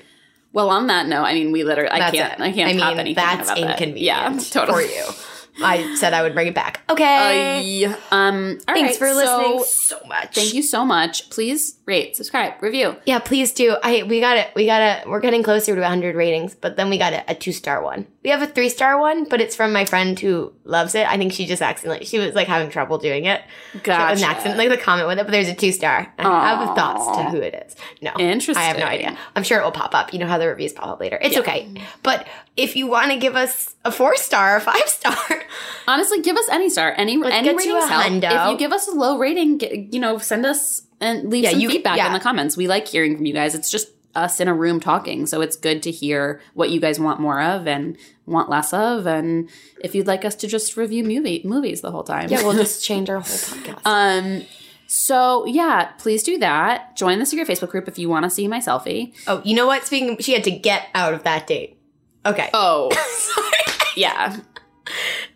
Speaker 2: Well, on that note, I mean, we literally, I
Speaker 1: That's
Speaker 2: can't,
Speaker 1: it.
Speaker 2: I can't.
Speaker 1: I
Speaker 2: top
Speaker 1: mean,
Speaker 2: anything
Speaker 1: that's
Speaker 2: about that.
Speaker 1: inconvenient
Speaker 2: Yeah, totally. Uh,
Speaker 1: for you. I said I would bring it back. Okay.
Speaker 2: yeah. Um, all
Speaker 1: Thanks
Speaker 2: right,
Speaker 1: for
Speaker 2: so
Speaker 1: listening so, much.
Speaker 2: Thank you so much. Please rate, subscribe, review.
Speaker 1: Yeah, please do. I we got it. We got to We're getting closer to 100 ratings, but then we got a, a two star one. We have a three star one, but it's from my friend who loves it. I think she just accidentally she was like having trouble doing it. It was an accident, like the comment went up. But there's a two star. I have
Speaker 2: Aw.
Speaker 1: thoughts to who it is. No, I have
Speaker 2: Interesting.
Speaker 1: no idea. I'm sure it will pop up. You know how the reviews pop up later. It's
Speaker 2: Yeah.
Speaker 1: okay. But if you want to give us a four star, or five star,
Speaker 2: Honestly, give us any star, any any
Speaker 1: get you
Speaker 2: ratings
Speaker 1: a
Speaker 2: help.
Speaker 1: hundo.
Speaker 2: If you give us a low rating, get, you know, send us and leave
Speaker 1: Yeah,
Speaker 2: some
Speaker 1: you-
Speaker 2: feedback
Speaker 1: yeah.
Speaker 2: in the comments. We like hearing from you guys. It's just us in a room talking, so it's good to hear what you guys want more of and want less of, and if you'd like us to just review movie movies the whole time.
Speaker 1: yeah, we'll just change our whole podcast.
Speaker 2: um. So yeah, please do that. Join the secret Facebook group if you want to see my selfie.
Speaker 1: oh, you know what? Speaking, she had to get out of that date. Okay,
Speaker 2: Oh, yeah.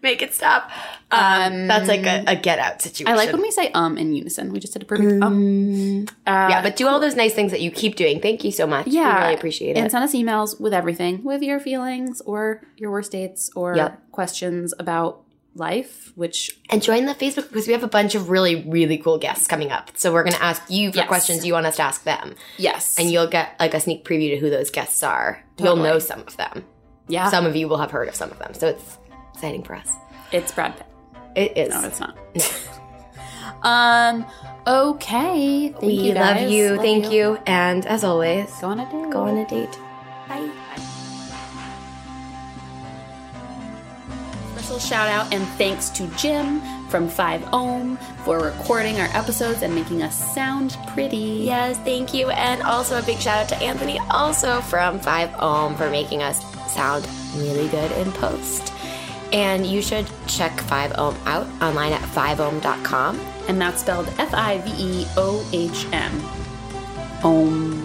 Speaker 1: make it stop. Um, that's like a, a get out situation.
Speaker 2: I like when we say um in unison. We just did a perfect um.
Speaker 1: Mm,
Speaker 2: Uh,
Speaker 1: yeah, but do all those nice things that you keep doing. Thank you so much.
Speaker 2: Yeah.
Speaker 1: we really appreciate
Speaker 2: and
Speaker 1: it.
Speaker 2: send us emails with everything, with your feelings or your worst dates or
Speaker 1: Yep.
Speaker 2: questions about life, which
Speaker 1: And join the Facebook because we have a bunch of really, really cool guests coming up. So we're going to ask you for
Speaker 2: Yes.
Speaker 1: questions you want us to ask them.
Speaker 2: yes,
Speaker 1: and you'll get like a sneak preview to who those guests are. You'll
Speaker 2: Totally.
Speaker 1: know some of them.
Speaker 2: yeah,
Speaker 1: Some of you will have heard of some of them. So it's exciting for us.
Speaker 2: it's Brad Pitt.
Speaker 1: It is.
Speaker 2: No, it's not. um. Okay. Thank
Speaker 1: we
Speaker 2: you
Speaker 1: love
Speaker 2: guys.
Speaker 1: you.
Speaker 2: Love
Speaker 1: Thank you. And as always,
Speaker 2: Go on a date.
Speaker 1: go on a date.
Speaker 2: Special shout out and thanks to Jim from Five Ohm for recording our episodes and making us sound pretty.
Speaker 1: Yes, thank you. And also a big shout out to Anthony, also from 5 Ohm, for making us sound really good in post. And you should check 5 Ohm out online at 5ohm.com.
Speaker 2: and that's spelled F I V E O H M. Om.